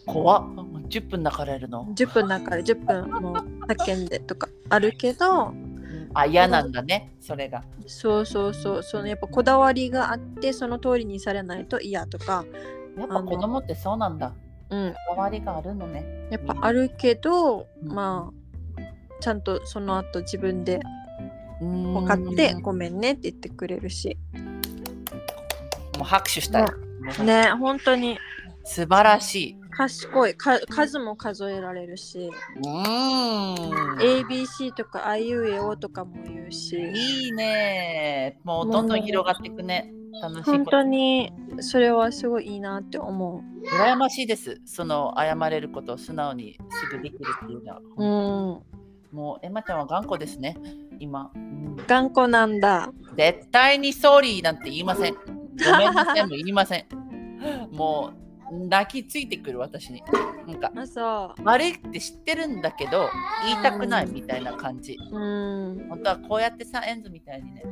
S2: 怖っ10分泣かれるの。
S1: 10分泣かれ10分もう叫んでとかあるけど
S2: あ、嫌なんだね、それが。
S1: そうそうそうそのやっぱこだわりがあってその通りにされないと嫌とか、
S2: やっぱ子供ってそうなんだ。
S1: うん、
S2: こだわりがあるのね。
S1: やっぱあるけど
S2: うん
S1: まあちゃんとその後自分で分
S2: 分
S1: かってごめんねって言ってくれるし
S2: もう拍手したい。
S1: ね本当に
S2: 素晴らしい。
S1: 賢いか数も数えられるし
S2: うーん。
S1: ABC とか IUAO とかも言うし
S2: いいね。もうどんどん広がっていくね。楽しいこと。
S1: 本当にそれはすごいいいなって思
S2: 羨ましいです。その謝れることを素直にすぐできるっていうのは。
S1: ううん
S2: もうエマちゃんは頑固ですね。今。うん
S1: 頑固なんだ
S2: 絶対にソーリーなんて言いません。ごめんなさいも言いません。もう泣きついてくる私に。なんか
S1: あそ
S2: 悪いって知ってるんだけど言いたくないみたいな感じ。
S1: ううん、
S2: 本当はこうやってさエンズみたいにね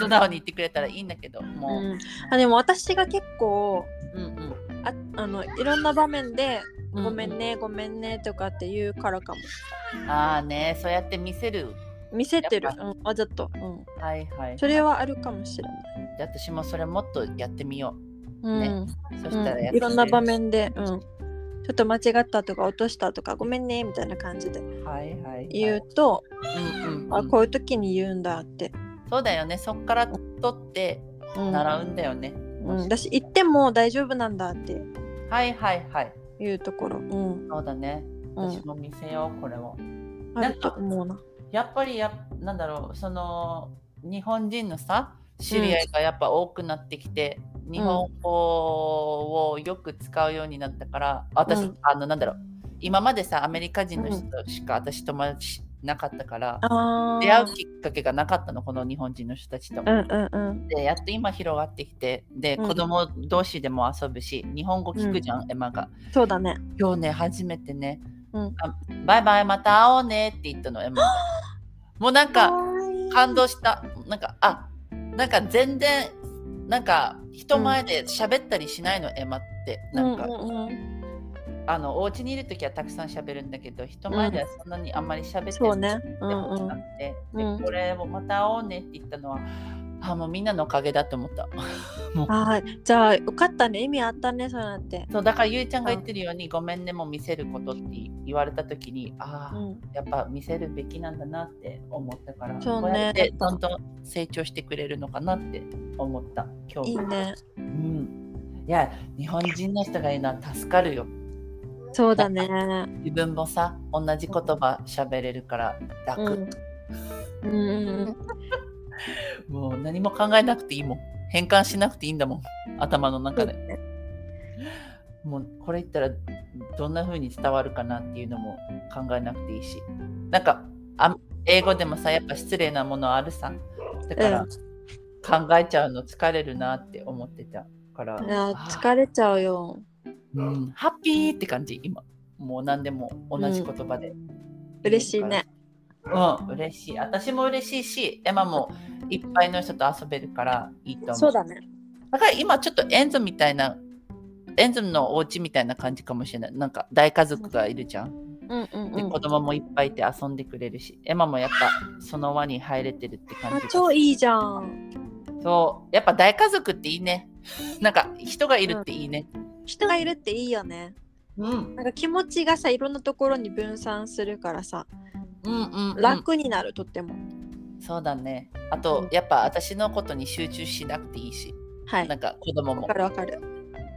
S2: 素直に言ってくれたらいいんだけどもう。
S1: うん、あでも私が結構
S2: うんうん
S1: ああのいろんな場面で「
S2: うん
S1: ごめんね、ごめんね」とかって言うからかも
S2: ああねそうやって見せる。
S1: 見せてる
S2: やっ、
S1: うん、わざと、うん、
S2: はいはい。
S1: それはあるかもしれない
S2: で私もそれもっとやってみよう。
S1: うん
S2: ねそしたらやっ
S1: うん、いろんな場面で、うん、ちょっと間違ったとか落としたとかごめんねみたいな感じで
S2: はいはいはい
S1: 言うと、
S2: うんうん
S1: あ
S2: うん
S1: こういう時に言うんだって、
S2: そうだよねそっから取って
S1: うん
S2: 習うんだよね、
S1: うん、だし言っても大丈夫なんだって
S2: はいはいはい
S1: いうところ、うん
S2: そうだね
S1: う
S2: 私
S1: ん、
S2: も見せようこれを
S1: あると思うな。
S2: やっぱりやなんだろうその日本人のさ知り合いがやっぱ多くなってきて、日本語をよく使うようになったから
S1: う
S2: 私、
S1: ん
S2: あのなんだろう今までさアメリカ人の人しか私友達なかったから、
S1: あ
S2: 出会うきっかけがなかったのこの日本人の人たちとも。
S1: うんうんうん
S2: でやっと今広がってきてで、
S1: うん
S2: 子供同士でも遊ぶし日本語聞くじゃん、エマが。
S1: そうだね。
S2: 今日ね初めてね、
S1: うん
S2: あバイバイまた会おうね」って言ったのエマが。もうなんか感動したなんかあなんか全然なんか人前で喋ったりしないの、エマってなんか、
S1: うんうんうん
S2: あのお家にいる時はたくさん喋るんだけど人前ではそんなにあんまり喋って
S1: そうね。う
S2: で
S1: ん
S2: も
S1: う。
S2: なんくて、
S1: うん
S2: でこれをまた会おうねって言ったのはあもうみんなのおかげだと思った。
S1: はい。じゃあよかったね。意味あったね、そうなって。
S2: そうだからゆいちゃんが言ってるように「ごめんね」も見せることって言われた時にあ
S1: う
S2: あ、
S1: ん、
S2: やっぱ見せるべきなんだなって思ったから
S1: そうね
S2: こうやっ
S1: やってぱ
S2: どんどん成長してくれるのかなって思った今
S1: い
S2: 日
S1: い
S2: も
S1: ね。
S2: うん、いや日本人の人がいるのは助かるよ
S1: そうだね。
S2: 自分もさ同じ言葉喋れるから
S1: う
S2: 楽
S1: ん、。うんうん
S2: もう何も考えなくていいもん変換しなくていいんだもん頭の
S1: う
S2: 中で
S1: ん。
S2: もうこれ言ったらどんな風に伝わるかなっていうのも考えなくていいしなんかあ英語でもさやっぱ失礼なものあるさだから考えちゃうの疲れるなって思ってたから、
S1: いや
S2: あ
S1: 疲れちゃうよ。
S2: うん、ハッピーって感じ今もう何でも同じ言葉で、
S1: 嬉しいね。
S2: うん嬉しい私も嬉しいしエマもいっぱいの人と遊べるからいいと思う
S1: そうだね。
S2: だから今ちょっとエンゾみたいなエンゾのお家みたいな感じかもしれないなんか大家族がいるじゃん
S1: うんうん
S2: で
S1: うん
S2: 子。供もいっぱいいて遊んでくれるし、エマもやっぱその輪に入れてるって感
S1: あ
S2: じが
S1: 超いいじゃん。
S2: そうやっぱ大家族っていいねなんか人がいるっていいね
S1: 人がいるっていいよね。
S2: うん、うん、
S1: なんか気持ちがさいろんなところに分散するからさ
S2: うんうん
S1: 楽になる、とっても。
S2: そうだねあとやっぱ私のことに集中しなくていいし
S1: はい
S2: な。んか子供
S1: わ
S2: も
S1: かるわかる。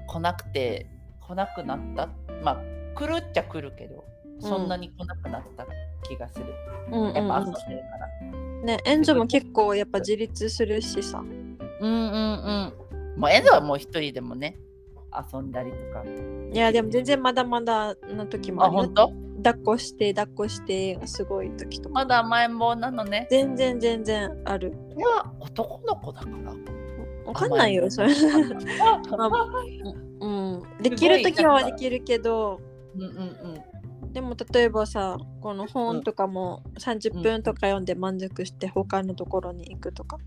S2: 来なくて来なくなったまあ来るっちゃ来るけどそんなに来なくなった気がする、
S1: うんうん
S2: やっぱ遊ん
S1: う
S2: でるから
S1: ん、ねエンジョも結構やっぱ自立するしさ。
S2: うんうんうんもうエンゾはもう一人でもね遊んだりとか
S1: いやでも全然まだまだな時も
S2: あ
S1: あるよ
S2: 本当
S1: 抱っこして抱っこしてがすごい時とか
S2: まだ甘えん坊なのね。
S1: 全然全然ある
S2: いや、男の子だから。
S1: わかんないよそれ、まあうん、 できる時はできるけど
S2: うんうんうん。
S1: でも例えばさこの本とかも30分とか読んで満足して他のところに行くとか、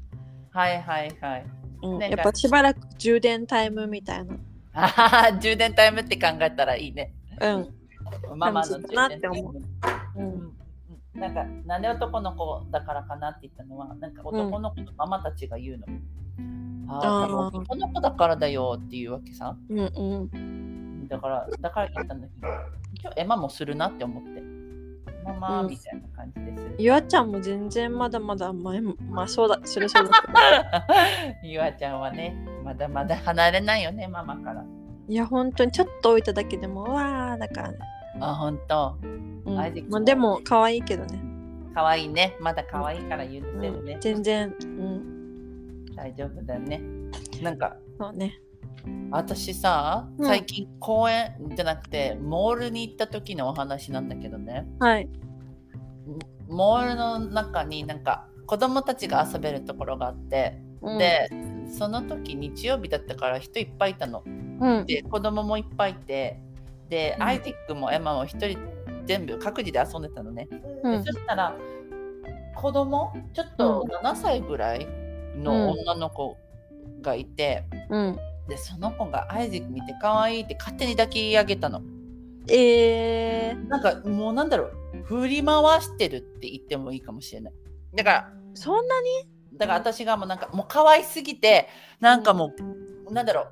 S2: はいはいはい。
S1: うん、
S2: なん
S1: や
S2: か
S1: っぱしばらく充電タイムみたいな、
S2: あはは充電タイムって考えたらいいね。
S1: うん
S2: ママの
S1: 感じだなって
S2: 充
S1: 思う
S2: 電タイム
S1: ん、
S2: うんなんか、なんで男の子だからかなって言ったのは、なんか男の子のママたちが言うの。ああ、多分
S1: あー
S2: 男の子だからだよっていうわけさ。
S1: うんうん
S2: だから、だから言ったんだけど、今日エマもするなって思って。ママ
S1: うん
S2: みたいな感じです る。
S1: ゆあちゃんも全然まだまだ甘えんまあそうだそれそうだけど
S2: ゆあちゃんはね、まだまだ離れないよね、ママから。
S1: いや本当にちょっと置いただけでもわーだからね、
S2: あ、本当。
S1: うん
S2: アイゼックスも
S1: まあ、でも可愛いけどね、
S2: 可愛いね。まだ可愛いから許
S1: う
S2: せるね
S1: ん、。全然、うん、
S2: 大丈夫だよね。なんか、
S1: そうね
S2: 私さ、
S1: うん
S2: 最近公園じゃなくて、モールに行った時のお話なんだけどね。
S1: はい
S2: モールの中になんか、子供たちが遊べるところがあって、で、その時日曜日だったから人いっぱいいたの。
S1: うん
S2: で子供もいっぱいいてで、
S1: うん
S2: アイティックもエマも一人全部各自で遊んでたのね、
S1: う
S2: で
S1: ん
S2: そしたら子供ちょっと7歳ぐらいの女の子がいて、
S1: うん
S2: でその子がアイゼック見て可愛いって勝手に抱き上げたの
S1: えー、
S2: なんかもうなんだろう振り回してるって言ってもいいかもしれないだから
S1: そんなに
S2: だから私がもうなんかもう可愛すぎてなんかもうなんだろう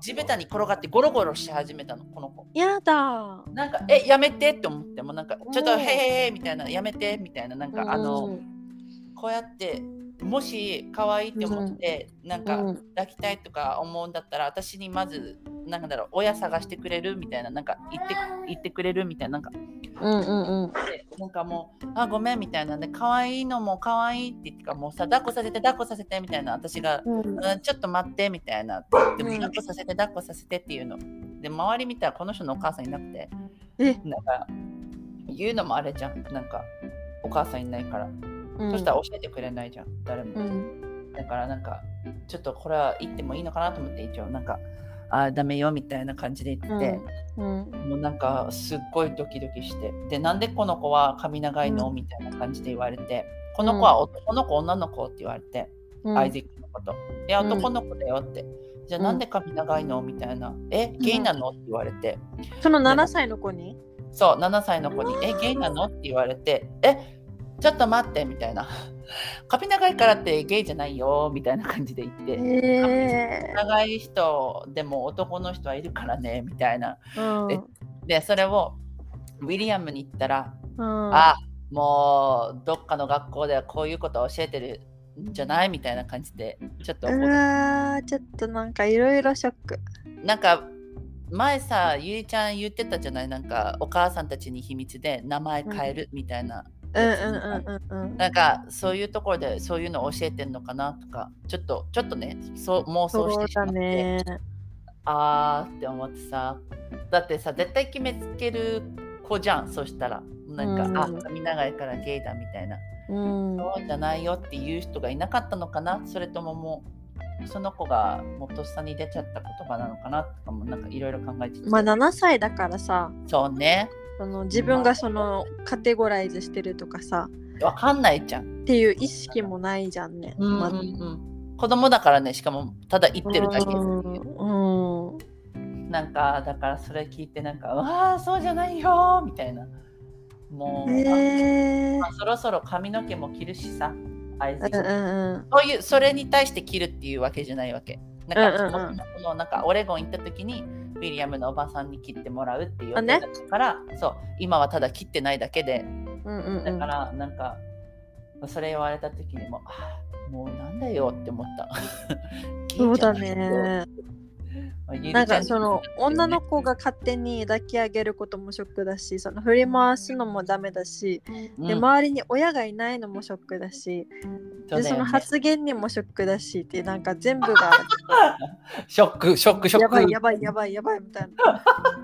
S2: 地べたに転がってゴロゴロし始めたのこの子
S1: やだ
S2: なんか「えやめて」って思ってもなんか「ちょっ
S1: う
S2: と
S1: ん
S2: へへへ」みたいな「やめて」みたいななんかあ
S1: う
S2: の
S1: ん
S2: こうやってもし可愛いって思ってなんか
S1: うん
S2: 抱きたいとか思うんだったら私にまずなんだろう親探してくれるみたいななんか言って言ってくれるみたいななんか
S1: うんうんうん
S2: なんかもう「あごめん」みたいなんで可愛いのも可愛いって言ってかもうさ抱っこさせて抱っこさせてみたいな私が
S1: うん
S2: うんちょっと待ってみたいな。でも
S1: うん
S2: 抱っこさせて抱っこさせてっていうの。で周り見たらこの人のお母さんいなくて。
S1: え
S2: なんか言うのもあれじゃん。なんかお母さんいないから。
S1: うん
S2: そしたら教えてくれないじゃん。誰
S1: う
S2: も。
S1: ん
S2: だからなんかちょっとこれは言ってもいいのかなと思って一応なんか。あーダメよみたいな感じで言って
S1: うん
S2: て、もうなんかすっごいドキドキしてでなんでこの子は髪長いの、
S1: うん
S2: みたいな感じで言われてこの子は男の子女の子って言われて、
S1: うん
S2: アイゼックのこと。いや、
S1: うん
S2: 男の子だよって。じゃあ
S1: うん
S2: なんで髪長いのみたいな。え、ゲイなのって言われて。
S1: その7歳の子に
S2: そう、7歳の子に、え、ゲイなのって言われて。え、ちょっと待って、みたいな。 髪長いからってゲイじゃないよ、みたいな感じで言って。
S1: え
S2: 長い人でも男の人はいるからね、みたいな。
S1: うん
S2: えで、それをウィリアムに言ったら、
S1: うん
S2: あ、もうどっかの学校ではこういうことを教えてるんじゃないみたいな感じで、ちょっと怒
S1: う
S2: って
S1: わーちょっとなんかいろいろショック
S2: なんか前さゆいちゃん言ってたじゃないなんかお母さんたちに秘密で名前変えるみたいな、
S1: うんうんうんうんうん
S2: なんかそういうところでそういうの教えてんのかなとかちょっとちょっとねそう妄
S1: そ
S2: 想し
S1: う
S2: てしま
S1: だ
S2: って、
S1: ね
S2: あーって思ってさだってさ絶対決めつける子じゃんそしたらなんか、
S1: うん
S2: あ髪長いからゲイだみたいな
S1: うん
S2: そうじゃないよっていう人がいなかったのかなそれとももうその子がもうとっさに出ちゃった言葉なのかなとかもなんかいろいろ考えてて
S1: まあ7歳だからさ
S2: そうね
S1: その自分がそのカテゴライズしてるとかさ
S2: わかんないじゃん。
S1: っていう意識もないじゃんね、
S2: うんう
S1: ま
S2: んうん、子供だからねしかもただ言ってるだけって
S1: うん
S2: いう
S1: うん
S2: なんかだからそれ聞いてなんか「うわあそうじゃないよ」みたいなもう、
S1: えー
S2: まあそろそろ髪の毛も切るしさアイズ
S1: うんうん
S2: そういうそれに対して切るっていうわけじゃないわけ。なんか、
S1: うんうんうん
S2: そのなんかオレゴン行った時にウィリアムのおばさんに切ってもらうっていう
S1: あね
S2: 予定だったから、そう今はただ切ってないだけで
S1: うんうんうん
S2: だからなんか、それ言われた時にもあーもうなんだよって思った。
S1: そうだね
S2: ゲイじゃいよ。
S1: なんかその女の子が勝手に抱き上げることもショックだしその振り回すのもダメだし、
S2: 子
S1: で周りに親がいないのもショックだし、でその発言にもショックだしってなんか全部が
S2: ショックショッ クショ
S1: やばい
S2: ッ
S1: や
S2: ク。
S1: ばいやばいやばいみたい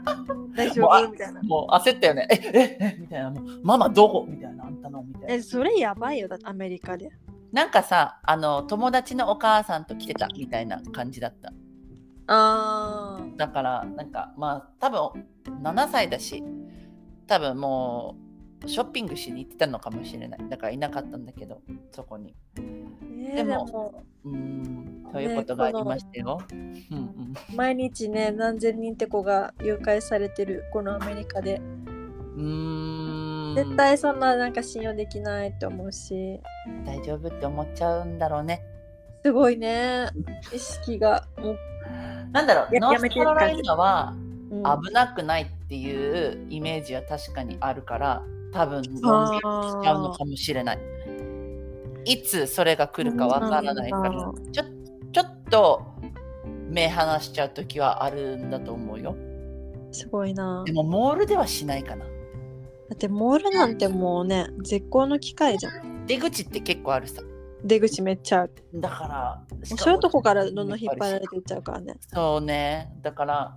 S1: な大丈
S2: もうあ
S1: 夫みたいな
S2: もう焦ったよね。えええみたいなもうママどこみたいなあんたのみたい
S1: え
S2: な。
S1: それやばいよだってアメリカで
S2: なんかさあの友達のお母さんと来てたみたいな感じだった。
S1: ああ
S2: だからなんかまあ多分7歳だし多分もうショッピングしに行ってたのかもしれないだからいなかったんだけどそこに
S1: えーで
S2: でも
S1: も
S2: うーんそういうことがありましたよ、うん
S1: 毎日ね何千人って子が誘拐されてるこのアメリカで
S2: うんうーん
S1: 絶対そんななんか信用できないと思うし
S2: 大丈夫って思っちゃうんだろうね
S1: すごいね意識がもう、
S2: なんだろう
S1: や
S2: ノー
S1: やめ
S2: ス
S1: て
S2: カロライナは
S1: うん
S2: 危なくないっていうイメージは確かにあるから多分のんびりしちゃうのかもしれないいつそれが来るかわからないか
S1: そうな
S2: ら
S1: ん
S2: ちょちょっと目離しちゃう時はあるんだと思うよ
S1: すごいな
S2: でもモールではしないかな
S1: だってモールなんてもうね絶好の機会じゃん
S2: 出口って結構あるさ
S1: 出口めっちゃある
S2: だからしかも
S1: そういうとこからどんどん引っ張られていっちゃうからね
S2: そうねだから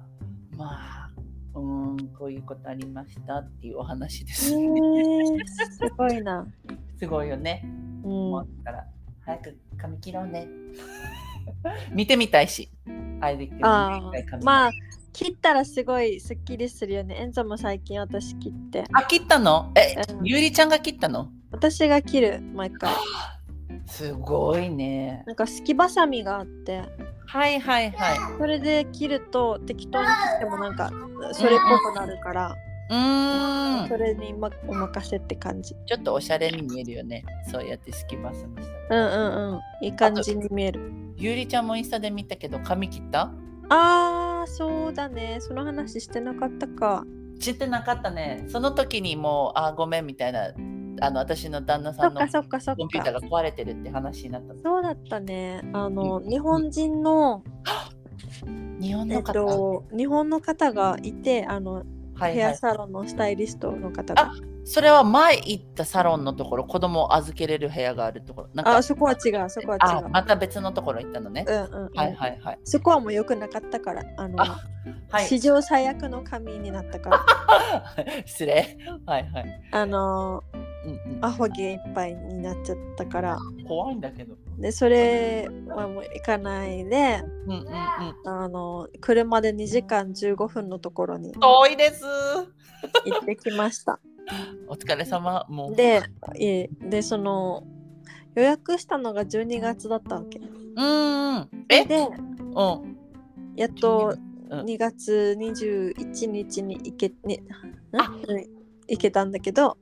S2: まあうーんこういうことありましたっていうお話で
S1: え
S2: す、
S1: ー、すごいな
S2: すごいよね
S1: うん
S2: 思ったから、早く髪切ろうね。 見てみたいし、アイディック
S1: あ
S2: の短い
S1: あ
S2: 髪
S1: まあ切ったらすごいすっきりするよねエンゾも最近私切って
S2: あ、切ったのえ、
S1: うん
S2: ゆりちゃんが切ったの
S1: 私が切る毎回
S2: すごいね。
S1: なんかすきばさみがあって
S2: はいはいはい。
S1: それで切ると適当に切ってもなんかそれっぽくなるから、
S2: うー
S1: そ
S2: ん。
S1: れに、ま、お任せって感じ
S2: ちょっとおしゃれに見えるよね。そうやって隙間さみしたら
S1: うんうんうんいい感じに見える
S2: ゆりちゃんもインスタで見たけど、髪切った
S1: あーそうだねその話してなかったか
S2: 知ってなかったねその時にもうあーごめんみたいなあの私の旦那
S1: そ
S2: さ
S1: っ
S2: んの
S1: かそっかそっ
S2: コンピューター
S1: か
S2: が壊れてるって話になったの
S1: そうだったねあの、
S2: うん
S1: 日本人の、
S2: 日本
S1: え
S2: の
S1: っ
S2: 方、
S1: と、日本の方がいてあの
S2: はい
S1: ヘ
S2: は
S1: ア
S2: い
S1: サロンのスタイリストの方が
S2: それは前行ったサロンのところ子供を預けれる部屋があるところなん
S1: あ
S2: か
S1: そこは違うそこは
S2: あ
S1: 違う
S2: また別のところ行ったのね、
S1: うんうんうん
S2: はいはいはい
S1: そこはもう良くなかったからあの
S2: あはい
S1: 史上最悪の神になったから
S2: 失礼はいはい、
S1: あの
S2: うん
S1: アホ毛いっぱいになっちゃったから
S2: うん、怖いんだけど
S1: でそれはもう行かないで
S2: うんうんうん
S1: あの車で2時間15分のところに
S2: 遠いです
S1: 行ってきました
S2: お疲れ様もう
S1: でえでその予約したのが12月だったわけ
S2: うーんえ
S1: で
S2: うん
S1: やっと
S2: うん
S1: 2月21日に行け,、ね、ん
S2: あ
S1: うん行けたんだけど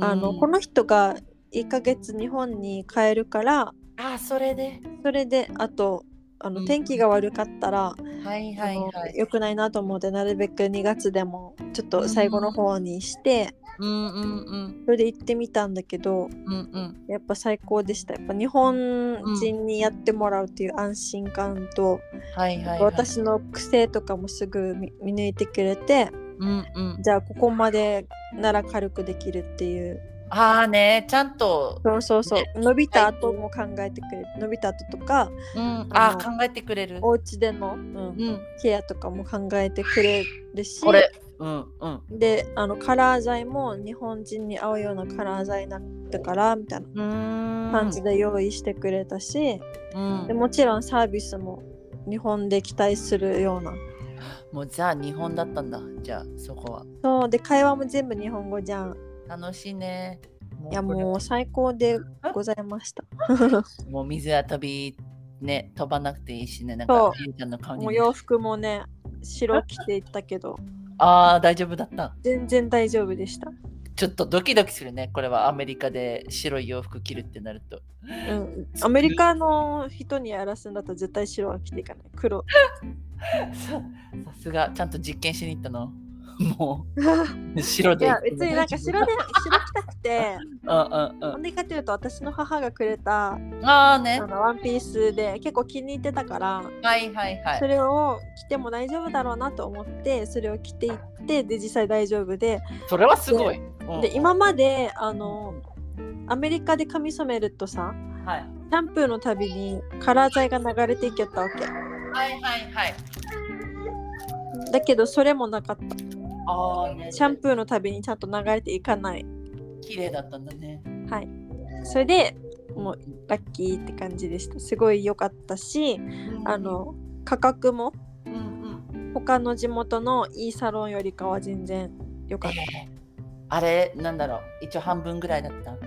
S1: あの、
S2: うん
S1: この人が1ヶ月日本に帰るから
S2: あそれで
S1: それであとあの、
S2: うん
S1: 天気が悪かったら、
S2: はいはいは
S1: あの
S2: い
S1: 良くないなと思ってなるべく2月でもちょっと最後の方にして、
S2: うんうんうん
S1: それで行ってみたんだけど
S2: うんうん
S1: やっぱ最高でしたやっぱ日本人にやってもらうっていう安心感と、
S2: はいはい、はい、
S1: 私の癖とかもすぐ見見抜いてくれて
S2: うんうん
S1: じゃあここまでなら軽くできるっていう
S2: ああねちゃんと、
S1: そうそうそう
S2: ね
S1: 伸びた後も考えてくれる伸びた後とか
S2: うん、あ
S1: あの
S2: ー考えてくれる
S1: お家での、うん
S2: うん
S1: ケアとかも考えてくれるし
S2: これうんうん
S1: であのカラー剤も日本人に合うようなカラー剤だったからみたいな
S2: 感
S1: 感じで用意してくれたし、
S2: うん
S1: で、もちろんサービスも日本で期待するような
S2: もうザ日本だったんだじゃあそこは
S1: そうで会話も全部日本語じゃん
S2: 楽しいねも
S1: いや
S2: これ
S1: もう最高でございました
S2: もう水は飛びね飛ばなくていいしねなん
S1: そう
S2: かゆうちゃんの顔 に
S1: もう
S2: ね
S1: 洋服もね白着ていったけど
S2: ああ大丈夫だった
S1: 全然大丈夫でした、
S2: ちょっとドキドキするねこれはアメリカで白い洋服着るってなると
S1: うん、アメリカの人にやらすんだったら絶対白は着ていかない黒
S2: ささすがちゃんと実験しに行ったのも う白
S1: い
S2: で
S1: や別になんか白で白着たくて
S2: うんうん
S1: なんでかっていうと私の母がくれたあ
S2: うんああね
S1: のワンピースで結構気に入ってたから
S2: はいはいは
S1: そ
S2: い
S1: れを着ても大丈夫だろうなと思ってそれを着ていってで実際大丈夫で
S2: それはすごいうん
S1: で今まであのアメリカで髪染めるとさ
S2: はい
S1: シャンプーのたびにカラー剤が流れていけたわけ
S2: はいはいはい
S1: だけどそれもなかった
S2: ああね
S1: シャンプーのたびにちゃんと流れていかない
S2: 綺麗だったんだね
S1: はいそれでもうラッキーって感じでしたすごい良かったしあの価格も
S2: うんうん
S1: 他の地元のいいサロンよりかは全然良かっ
S2: あれなんだろう一応半分ぐらいだったも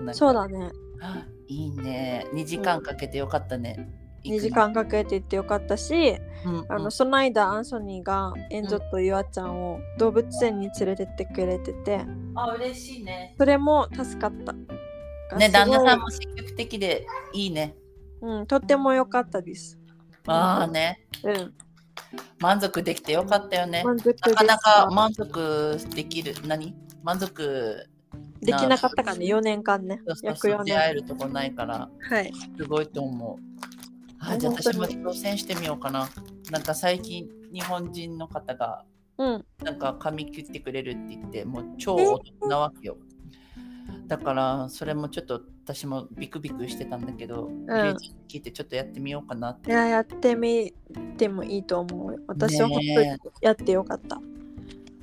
S2: うな
S1: た
S2: んか
S1: そうだね
S2: あいいね2時間かけてよかったね
S1: 2時間かけて行ってよかったしあ
S2: あ
S1: のその間アンソニーがエンゾとユアちゃんを動物園に連れてってくれてて
S2: あ嬉しいね
S1: それも助かった
S2: ね旦那さ
S1: す
S2: んも積極的でいいね
S1: ごいうんとっても良かったです
S2: まあね
S1: うん
S2: 満足できてよかったよね
S1: 満足です
S2: なかなか満足できる何満足
S1: できなかったかね4年間ね
S2: そうそう
S1: 約
S2: そう
S1: 4
S2: 出
S1: 年
S2: 会えるとこないから
S1: はい
S2: すごいと思うあ
S1: ね
S2: じゃあ
S1: 本当
S2: 私
S1: に
S2: も挑戦してみようかななんか最近日本人の方が
S1: うん
S2: なんか髪切ってくれるって言ってもう超お得なわけよだからそれもちょっと私もビクビクしてたんだけど、ゆうちゃんに聞いてちょっとやってみようかなって
S1: いややってみてもいいと思うよ私は本当に
S2: ね
S1: やってよかった、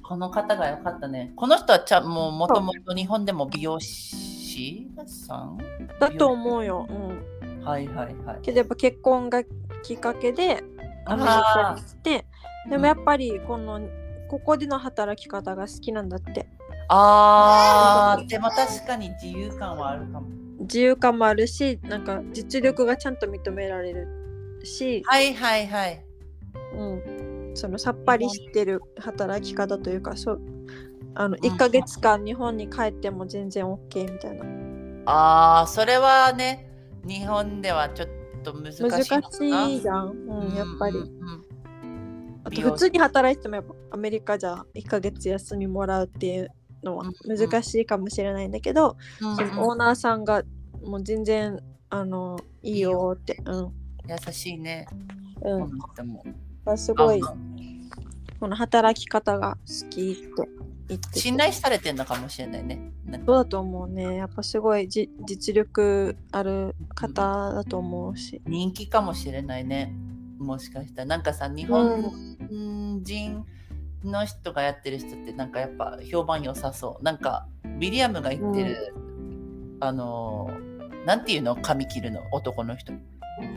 S2: この方が良かったねこの人はちゃもうもともと日本でも美容師さん
S1: だと思うよ、うん、
S2: はいはいはい
S1: けどやっぱ結婚がきっかけでアメリカ
S2: あ
S1: に行ってでもやっぱりこのここでの働き方が好きなんだって
S2: ーあーでも確かに自由感はあるかも
S1: 自由感もあるしなんか実力がちゃんと認められるし、
S2: はいはいはい
S1: うん、そのさっぱりしてる働き方というかそうあの
S2: ん
S1: 1ヶ月間日本に帰っても全然 OK みたいな
S2: ああそれはね日本ではちょっと難しいの
S1: 難し
S2: かない
S1: じゃん、うん、やっぱり
S2: うんうんうん
S1: と普通に働いてもやっぱアメリカじゃ1ヶ月休みもらうっていうのは難しいかもしれないんだけど、
S2: うん
S1: そのオーナーさんがもう全然あのいいよってうん
S2: 優しいね。
S1: う
S2: こ
S1: ん、
S2: の人も
S1: あすごい
S2: あ
S1: この働き方が好きって言ってて
S2: 信頼されてんのかもしれないね。なんか
S1: そうだと思うねやっぱすごいじ実力ある方だと思うし、
S2: 人気かもしれないね。もしかしたらなんかさ日
S1: う
S2: 本人の人がやってる人ってなんかやっぱ評判良さそう。なんかビリアムが言ってる、あのーなんていうの髪切るの男の人。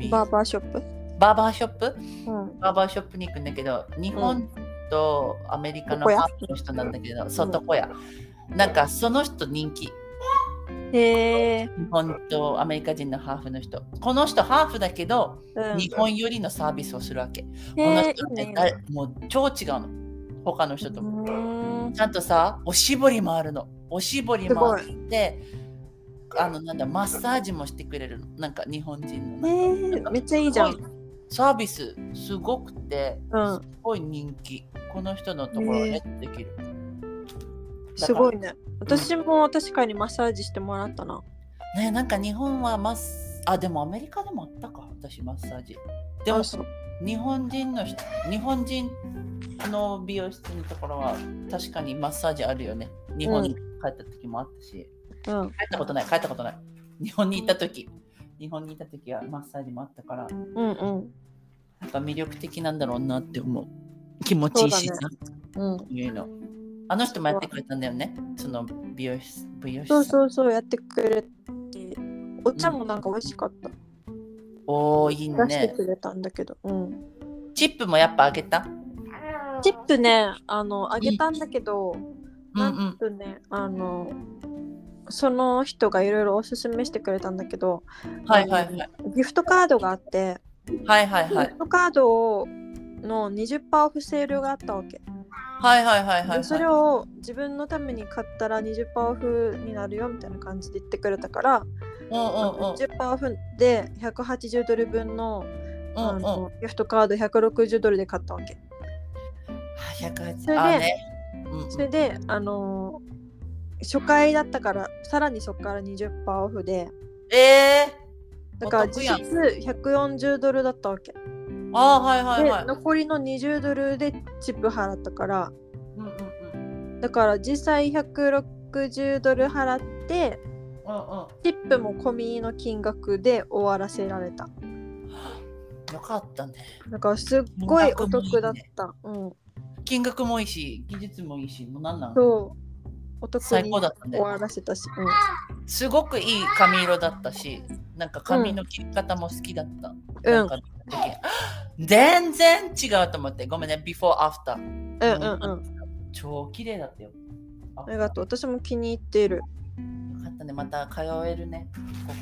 S2: ビ
S1: バーバーショップ、
S2: バーバーショップ
S1: うん、
S2: バーバーショップに行くんだけど日本とアメリカの
S1: 床屋
S2: ハーフの人なんだけどそう床屋なんかその人人気
S1: へえ、
S2: 日本とアメリカ人のハーフの人この人ハーフだけど
S1: うん、
S2: 日本よりのサービスをするわけこ
S1: へ
S2: の
S1: えい
S2: 人っ
S1: いねい
S2: て
S1: い
S2: だ
S1: ね
S2: いもう超違うの他の人と
S1: うーん
S2: ちゃんとさおしぼりもあるのおしぼり
S1: す
S2: も
S1: ご
S2: あっ
S1: い
S2: てあのなんだマッサージもしてくれるのなんか日本人の
S1: えー、めっちゃいいじゃ
S2: す
S1: ん。
S2: サービスすごくて
S1: うん、
S2: すごい人気。この人のところでできる。
S1: すごいね。私も確かにマッサージしてもらったな。
S2: ね、なんか日本はマッスあ、でもアメリカでもあったか、私マッサージ。でも
S1: あそう
S2: 日本人の人、日本人の美容室のところは確かにマッサージあるよね。日本に帰った時もあったし、
S1: うん。
S2: 帰ったことない、帰ったことない。日本にいた時、日本にいた時はマッサージもあったから、や
S1: うんうん。
S2: っぱ魅力的なんだろうなって思う。気持ちいいしさ。
S1: そうだうん、
S2: いうの。あの人もやってくれたんだよね。その美容室、美容室。
S1: そうそうそうやってくれてお茶もなんか美味しかった、
S2: おお、いい
S1: 出して
S2: ね。
S1: くれたんだけど、うん、
S2: チップもやっぱあげた。
S1: チップねあのあげたんだけど、
S2: うんう
S1: なん
S2: ん。
S1: とねあのその人がいろいろおすすめしてくれたんだけど
S2: はいはいはい。
S1: ギフトカードがあって、
S2: はいはいは
S1: ギ
S2: い。
S1: フトカードの20%オフセールがあったわけ
S2: はいはいはいはい。
S1: でそれを自分のために買ったら20%オフになるよみたいな感じで言ってくれたから、
S2: うんうん
S1: 10%オフで180ドル分の,、あ
S2: うん。うんうん。
S1: のギフトカード160ドルで買ったわけ。
S2: 百
S1: それで
S2: 八。あね。うんうん
S1: それで、あのー初回だったからさらにそこから20%オフで
S2: ええ。
S1: だから
S2: お得や
S1: 実
S2: ん
S1: 質140ドルだったわけ。
S2: あーはいはい
S1: で
S2: はい。
S1: 残りの20ドルでチップ払ったから
S2: うんうんうん。
S1: だから実際160ドル払って
S2: うんうん。
S1: チップも込みの金額で終わらせられた。
S2: よかったね。
S1: だからすっごいお得だった。うん、
S2: 金額もいいし、技術もいいし、もうなんなん。
S1: そう。お得
S2: 最
S1: に
S2: 高だったね
S1: 終。わらせたし。うん
S2: すごくいい髪色だったし、なんか髪の切り方も好きだった。
S1: うん
S2: なんか全然違うと思って、ごめんね、before after。
S1: うんうんうん。
S2: 超綺麗だったよ。あ
S1: ありがとう。私も気に入っている。
S2: よかったね、また通えるね。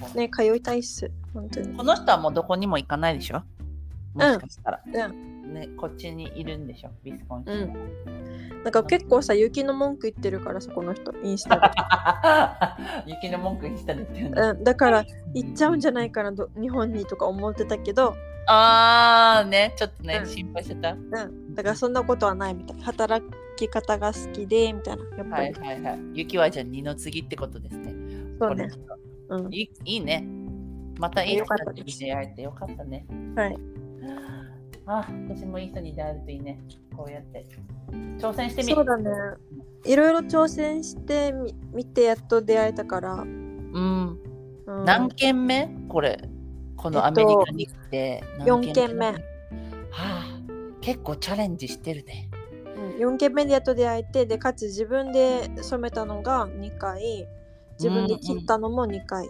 S2: ここ
S1: ね、通いたいっす。本当に。
S2: この人はもうどこにも行かないでしょもしかしたら。
S1: う
S2: ね、こっちにいるんでしょウィスコンシ
S1: う
S2: ン。
S1: ん。なんか結構さ、雪の文句言ってるからさ、この人、インスタ
S2: 雪の文句にしたねってい
S1: で。
S2: うの。
S1: うん。だから、行っちゃうんじゃないかな、ど日本にとか思ってたけど、
S2: あーね、ちょっとね、
S1: うん
S2: 心配してた。
S1: うん。だからそんなことはないみたいな。働き方が好きで、みたいな。やっぱ
S2: はい
S1: り。
S2: はいはい。雪はじゃあ二の次ってことですね。
S1: そうね。うん。
S2: いいいいね。またいい
S1: よ
S2: 人
S1: かったで
S2: に
S1: す
S2: 出会えてよかったね。
S1: はい。
S2: あ、私もいい人に出会えるといいね。こうやって。挑戦してみる。
S1: そうだね。いろいろ挑戦してみ見て、やっと出会えたから。うん
S2: うん。何件目これ。このアメリカに来て。何
S1: 四
S2: は
S1: 件
S2: あ、結構チャレンジしてるね。
S1: 4軒目でやっと出会えてでかつ自分で染めたのが2回自分で切ったのも2回、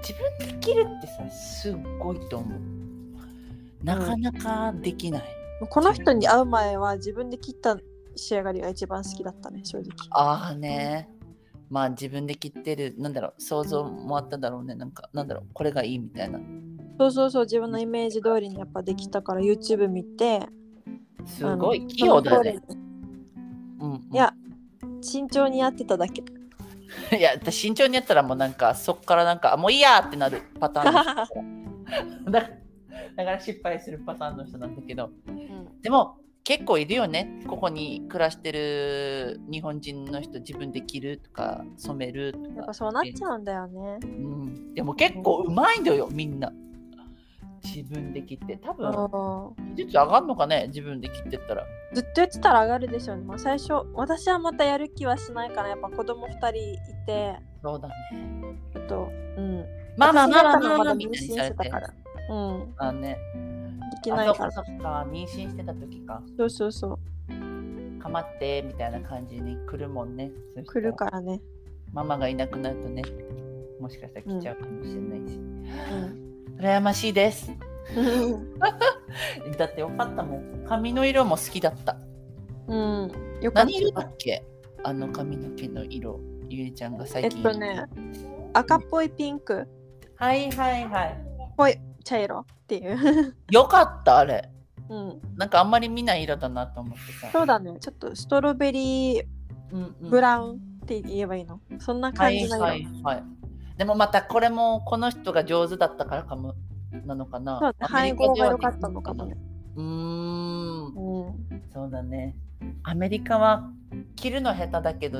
S2: 自分で切るってさ、すっごいと思う。なかなかできない。
S1: この人に会う前は自分で切った仕上がりが一番好きだったね正直
S2: ああね。まあ自分で切ってる、なんだろう、想像もあっただろうね。なんか、なんだろう、これがいいみたいな。
S1: そうそうそう自分のイメージ通りにやっぱできたから YouTube 見て
S2: すごい器
S1: あの
S2: 用だね。
S1: その通りに
S2: うんうん
S1: いや慎重にやってただけ
S2: いや、私慎重にやったらもうなんかそっからなんかあもういいやってなるパターンの人 だからだから失敗するパターンの人なんだけど、
S1: ん
S2: でも結構いるよねここに暮らしてる日本人の人自分で着るとか染めると
S1: やっ
S2: か
S1: ぱそうなっちゃうんだよね。
S2: うん、でも結構うまいんだよみんな自分で切って多
S1: う
S2: 分
S1: ん
S2: 技術上がるのかね自分で切ってったら
S1: ずっとやってたら上がるでしょうね。まあ、最初私はまたやる気はしないからやっぱ子供2人いて
S2: そうだね
S1: あとうん
S2: まあまあまあまあ
S1: 私だっ
S2: まあ
S1: たの
S2: ま
S1: は
S2: あ
S1: だ
S2: み
S1: 妊
S2: た
S1: 娠
S2: いにさ
S1: し
S2: れ
S1: て
S2: て
S1: た
S2: る
S1: から。うん、で
S2: あね
S1: き
S2: あ
S1: ない
S2: そう
S1: か
S2: からそっか妊娠してた時か
S1: そうそうそう
S2: かまってみたいな感じに来るもんねそした
S1: 来るからね、
S2: ママがいなくなるとねもしかしたら来ちゃうかもしれないし、
S1: うん、
S2: 羨ましいですだってよかったもん髪の色も好きだった
S1: うん、よかっ
S2: 何色だっけあの髪の毛の色ゆえちゃんが
S1: た
S2: 最
S1: え
S2: 近
S1: っとね赤っぽいピンク
S2: はいはいはい
S1: ぽい茶色っていう、
S2: よかったあれ
S1: うん、
S2: なんかあんまり見ない色だなと思ってさ
S1: そうだねちょっとストロベリー
S2: うんうん
S1: ブラウンって言えばいいのそんな
S2: は
S1: 感
S2: い
S1: じの色、
S2: はいはいでもまたこれもこの人が上手だったからかもなのかな
S1: そうだね
S2: アメ
S1: 配
S2: リ
S1: 合
S2: カで
S1: が
S2: は
S1: 良かったのかもね、
S2: うーん
S1: うん、
S2: そうだね。アメリカは着るの下手だけど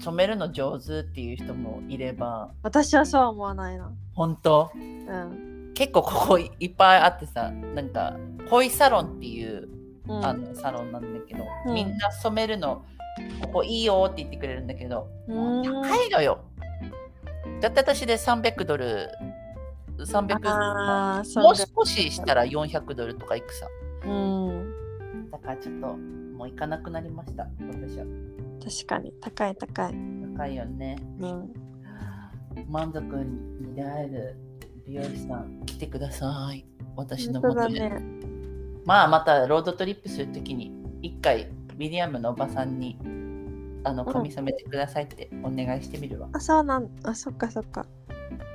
S2: 染めるの上手っていう人もいれば
S1: 私はそうは思わないな
S2: 本当
S1: うん、
S2: 結構ここいっぱいあってさなんか恋サロンっていう、
S1: う
S2: あ
S1: ん、
S2: のサロンなんだけど、
S1: うん
S2: みんな染めるのここいいよって言ってくれるんだけど、
S1: うん
S2: もう高いのよだって私で300ドル300
S1: ああ
S2: も
S1: そう
S2: う
S1: だ
S2: 少ししたら400ドルとかいくさ
S1: うん
S2: だからちょっともう行かなくなりました私は
S1: 確かに高い高い、
S2: 高いよね
S1: うん、
S2: 満足になえる美容師さん来てください私の
S1: 本当
S2: も
S1: だ
S2: とで、
S1: ね
S2: まあまたロードトリップするときに一回ミディアムのおばさんにあの
S1: うん
S2: 髪染めてくださいってお願いしてみるわ、
S1: あそうなんあそっかそっか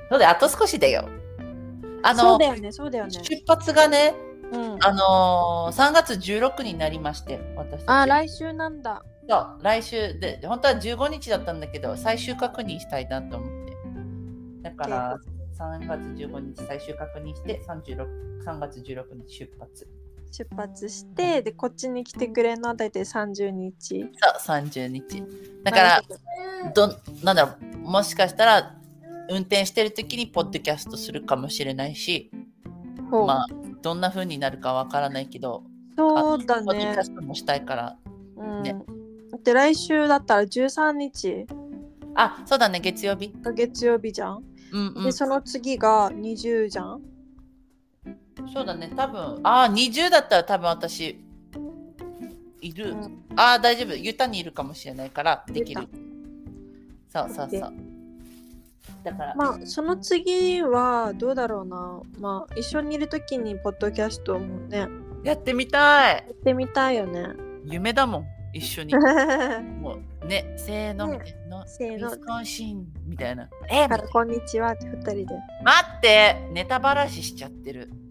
S2: そうであと少しだよあ
S1: そう
S2: の、
S1: だよねそうだよね
S2: 出発がね
S1: うん
S2: あのー3月16になりまして私たち
S1: あ来週なんだ
S2: そう来週で本当は15日だったんだけど最終確認したいなと思ってだから3月15日最終確認して36 3月16日出発
S1: 出発してでこっちに来てくれるのは大体30日
S2: そう30日だからどなんだろうもしかしたら運転してる時にポッドキャストするかもしれないし、
S1: ほう
S2: まあどんな風になるかわからないけど、
S1: そうだ
S2: ポッド
S1: ね
S2: キャストもしたいから
S1: うん
S2: ね
S1: で来週だったら13日
S2: あそうだね月曜日
S1: が月曜日じゃん、
S2: うんう
S1: で
S2: ん
S1: その次が20じゃん
S2: そうだね、多分ああ、20だったら多分私、いる。
S1: う
S2: ああ、大丈夫。ユタにいるかもしれないから、できる
S1: ユ。
S2: そうそう
S1: オ
S2: そう。だから、
S1: まあその次はどうだろうなまあ一緒にいる時にポッドキャストもねやっ
S2: やってみたい。
S1: てみたいよ ね
S2: 夢だもん、一 緒に。もうね、せーの、
S1: ね
S2: みたいな。
S1: せー
S2: ウィ
S1: の
S2: スコンシンみたいな。えー、
S1: だか
S2: 待
S1: らこんにちはって2人で
S2: って、ネタばらししちゃってる。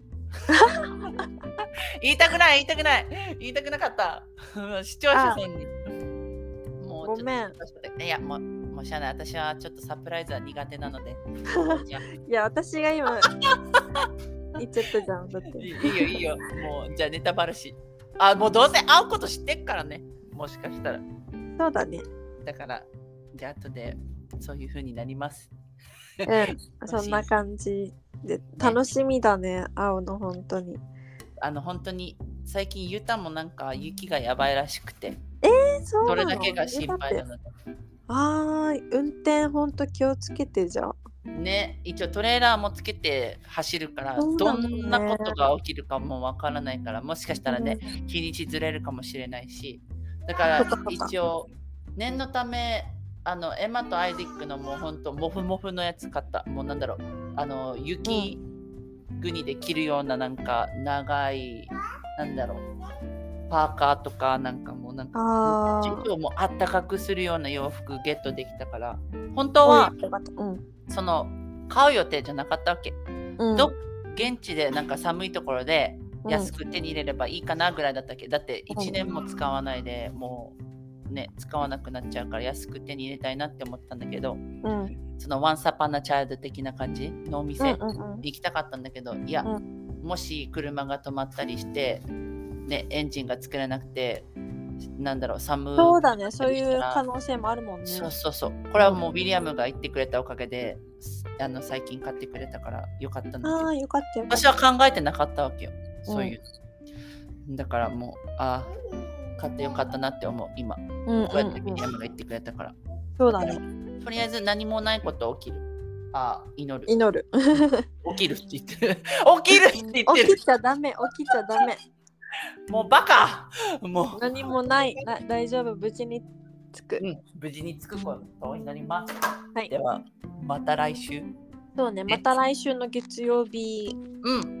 S2: 言いたくない、言いたくない。言いたくなかった。 視聴者さんに。もうちょ
S1: ご
S2: っと
S1: めん
S2: いや、もう、もうしゃあない。私はちょっとサプライズは苦手 なので。じゃあ
S1: いや私が 今言っちゃったじゃんだっ
S2: いい
S1: て
S2: いいよ、いいよ。もう、じゃあネタバラシ。あ、もうどうせ会うこと知ってっからね。もしかしたら。
S1: そうだね
S2: だから、じゃあ後で、そういう風になります。
S1: うん、そんな感じで楽しみだね青の本当に
S2: あの、本当に、最近、ユタもなんか雪がやばいらしくて、
S1: えそうな
S2: それ
S1: の
S2: だけが心配なので。
S1: あー運転本当気をつけてじゃあ
S2: ね、一応トレーラーもつけて走るから、
S1: そう
S2: ど
S1: だね
S2: んなことが起きるかもわからないから、もしかしたらね、日にちずれるかもしれないしだか
S1: そ
S2: ら
S1: っかそっか
S2: 一応念のためあのエマとアイディックのもうほんとモフモフのやつ買ったもうなんだろうあの雪国で着るようななんか長いなんだろうパーカーとかなんかもうなんか
S1: あー
S2: 今日もあったかくするような洋服ゲットできたから本当は
S1: うん
S2: その買う予定じゃなかったわけ
S1: うん
S2: ど現地でなんか寒いところで
S1: うん
S2: 安く手に入れればいいかなぐらいだったっけどだって1年も使わないでもうね使わなくなっちゃうから安く手に入れたいなって思ったんだけど
S1: うん
S2: そのワンサパナチャイルド的な感じのお店
S1: うんうんうん
S2: 行きたかったんだけどいや
S1: う
S2: もし車が止まったりしてね、エンジンが作れなくてなんだろう寒
S1: そうだね、そういう可能性もあるもんね。
S2: そうそうそうこれはもうウィリアムが言ってくれたおかげであの最近買ってくれたからよかったんだけ
S1: あ
S2: ど
S1: あ、よかったよかっ
S2: 私は考えてなかったわけよそういう、だからもうああ買ってよかったなって思う今こ
S1: た。うん、
S2: うやってウ
S1: うんう
S2: ィ
S1: ん
S2: リアムが言ってくれたから、
S1: そうだね。
S2: とりあえず何もないこと起きるああ祈る
S1: 祈る。
S2: 起きるって言ってる 起きるって言って
S1: 起
S2: る
S1: きちゃダメ、起きちゃダメ。
S2: もうバカもう、
S1: 何もない、な大丈夫、無事に着く
S2: う。ん、無事に着くことを祈ります
S1: はい
S2: で。はまた来週
S1: そうね、また来週の月曜日。
S2: うん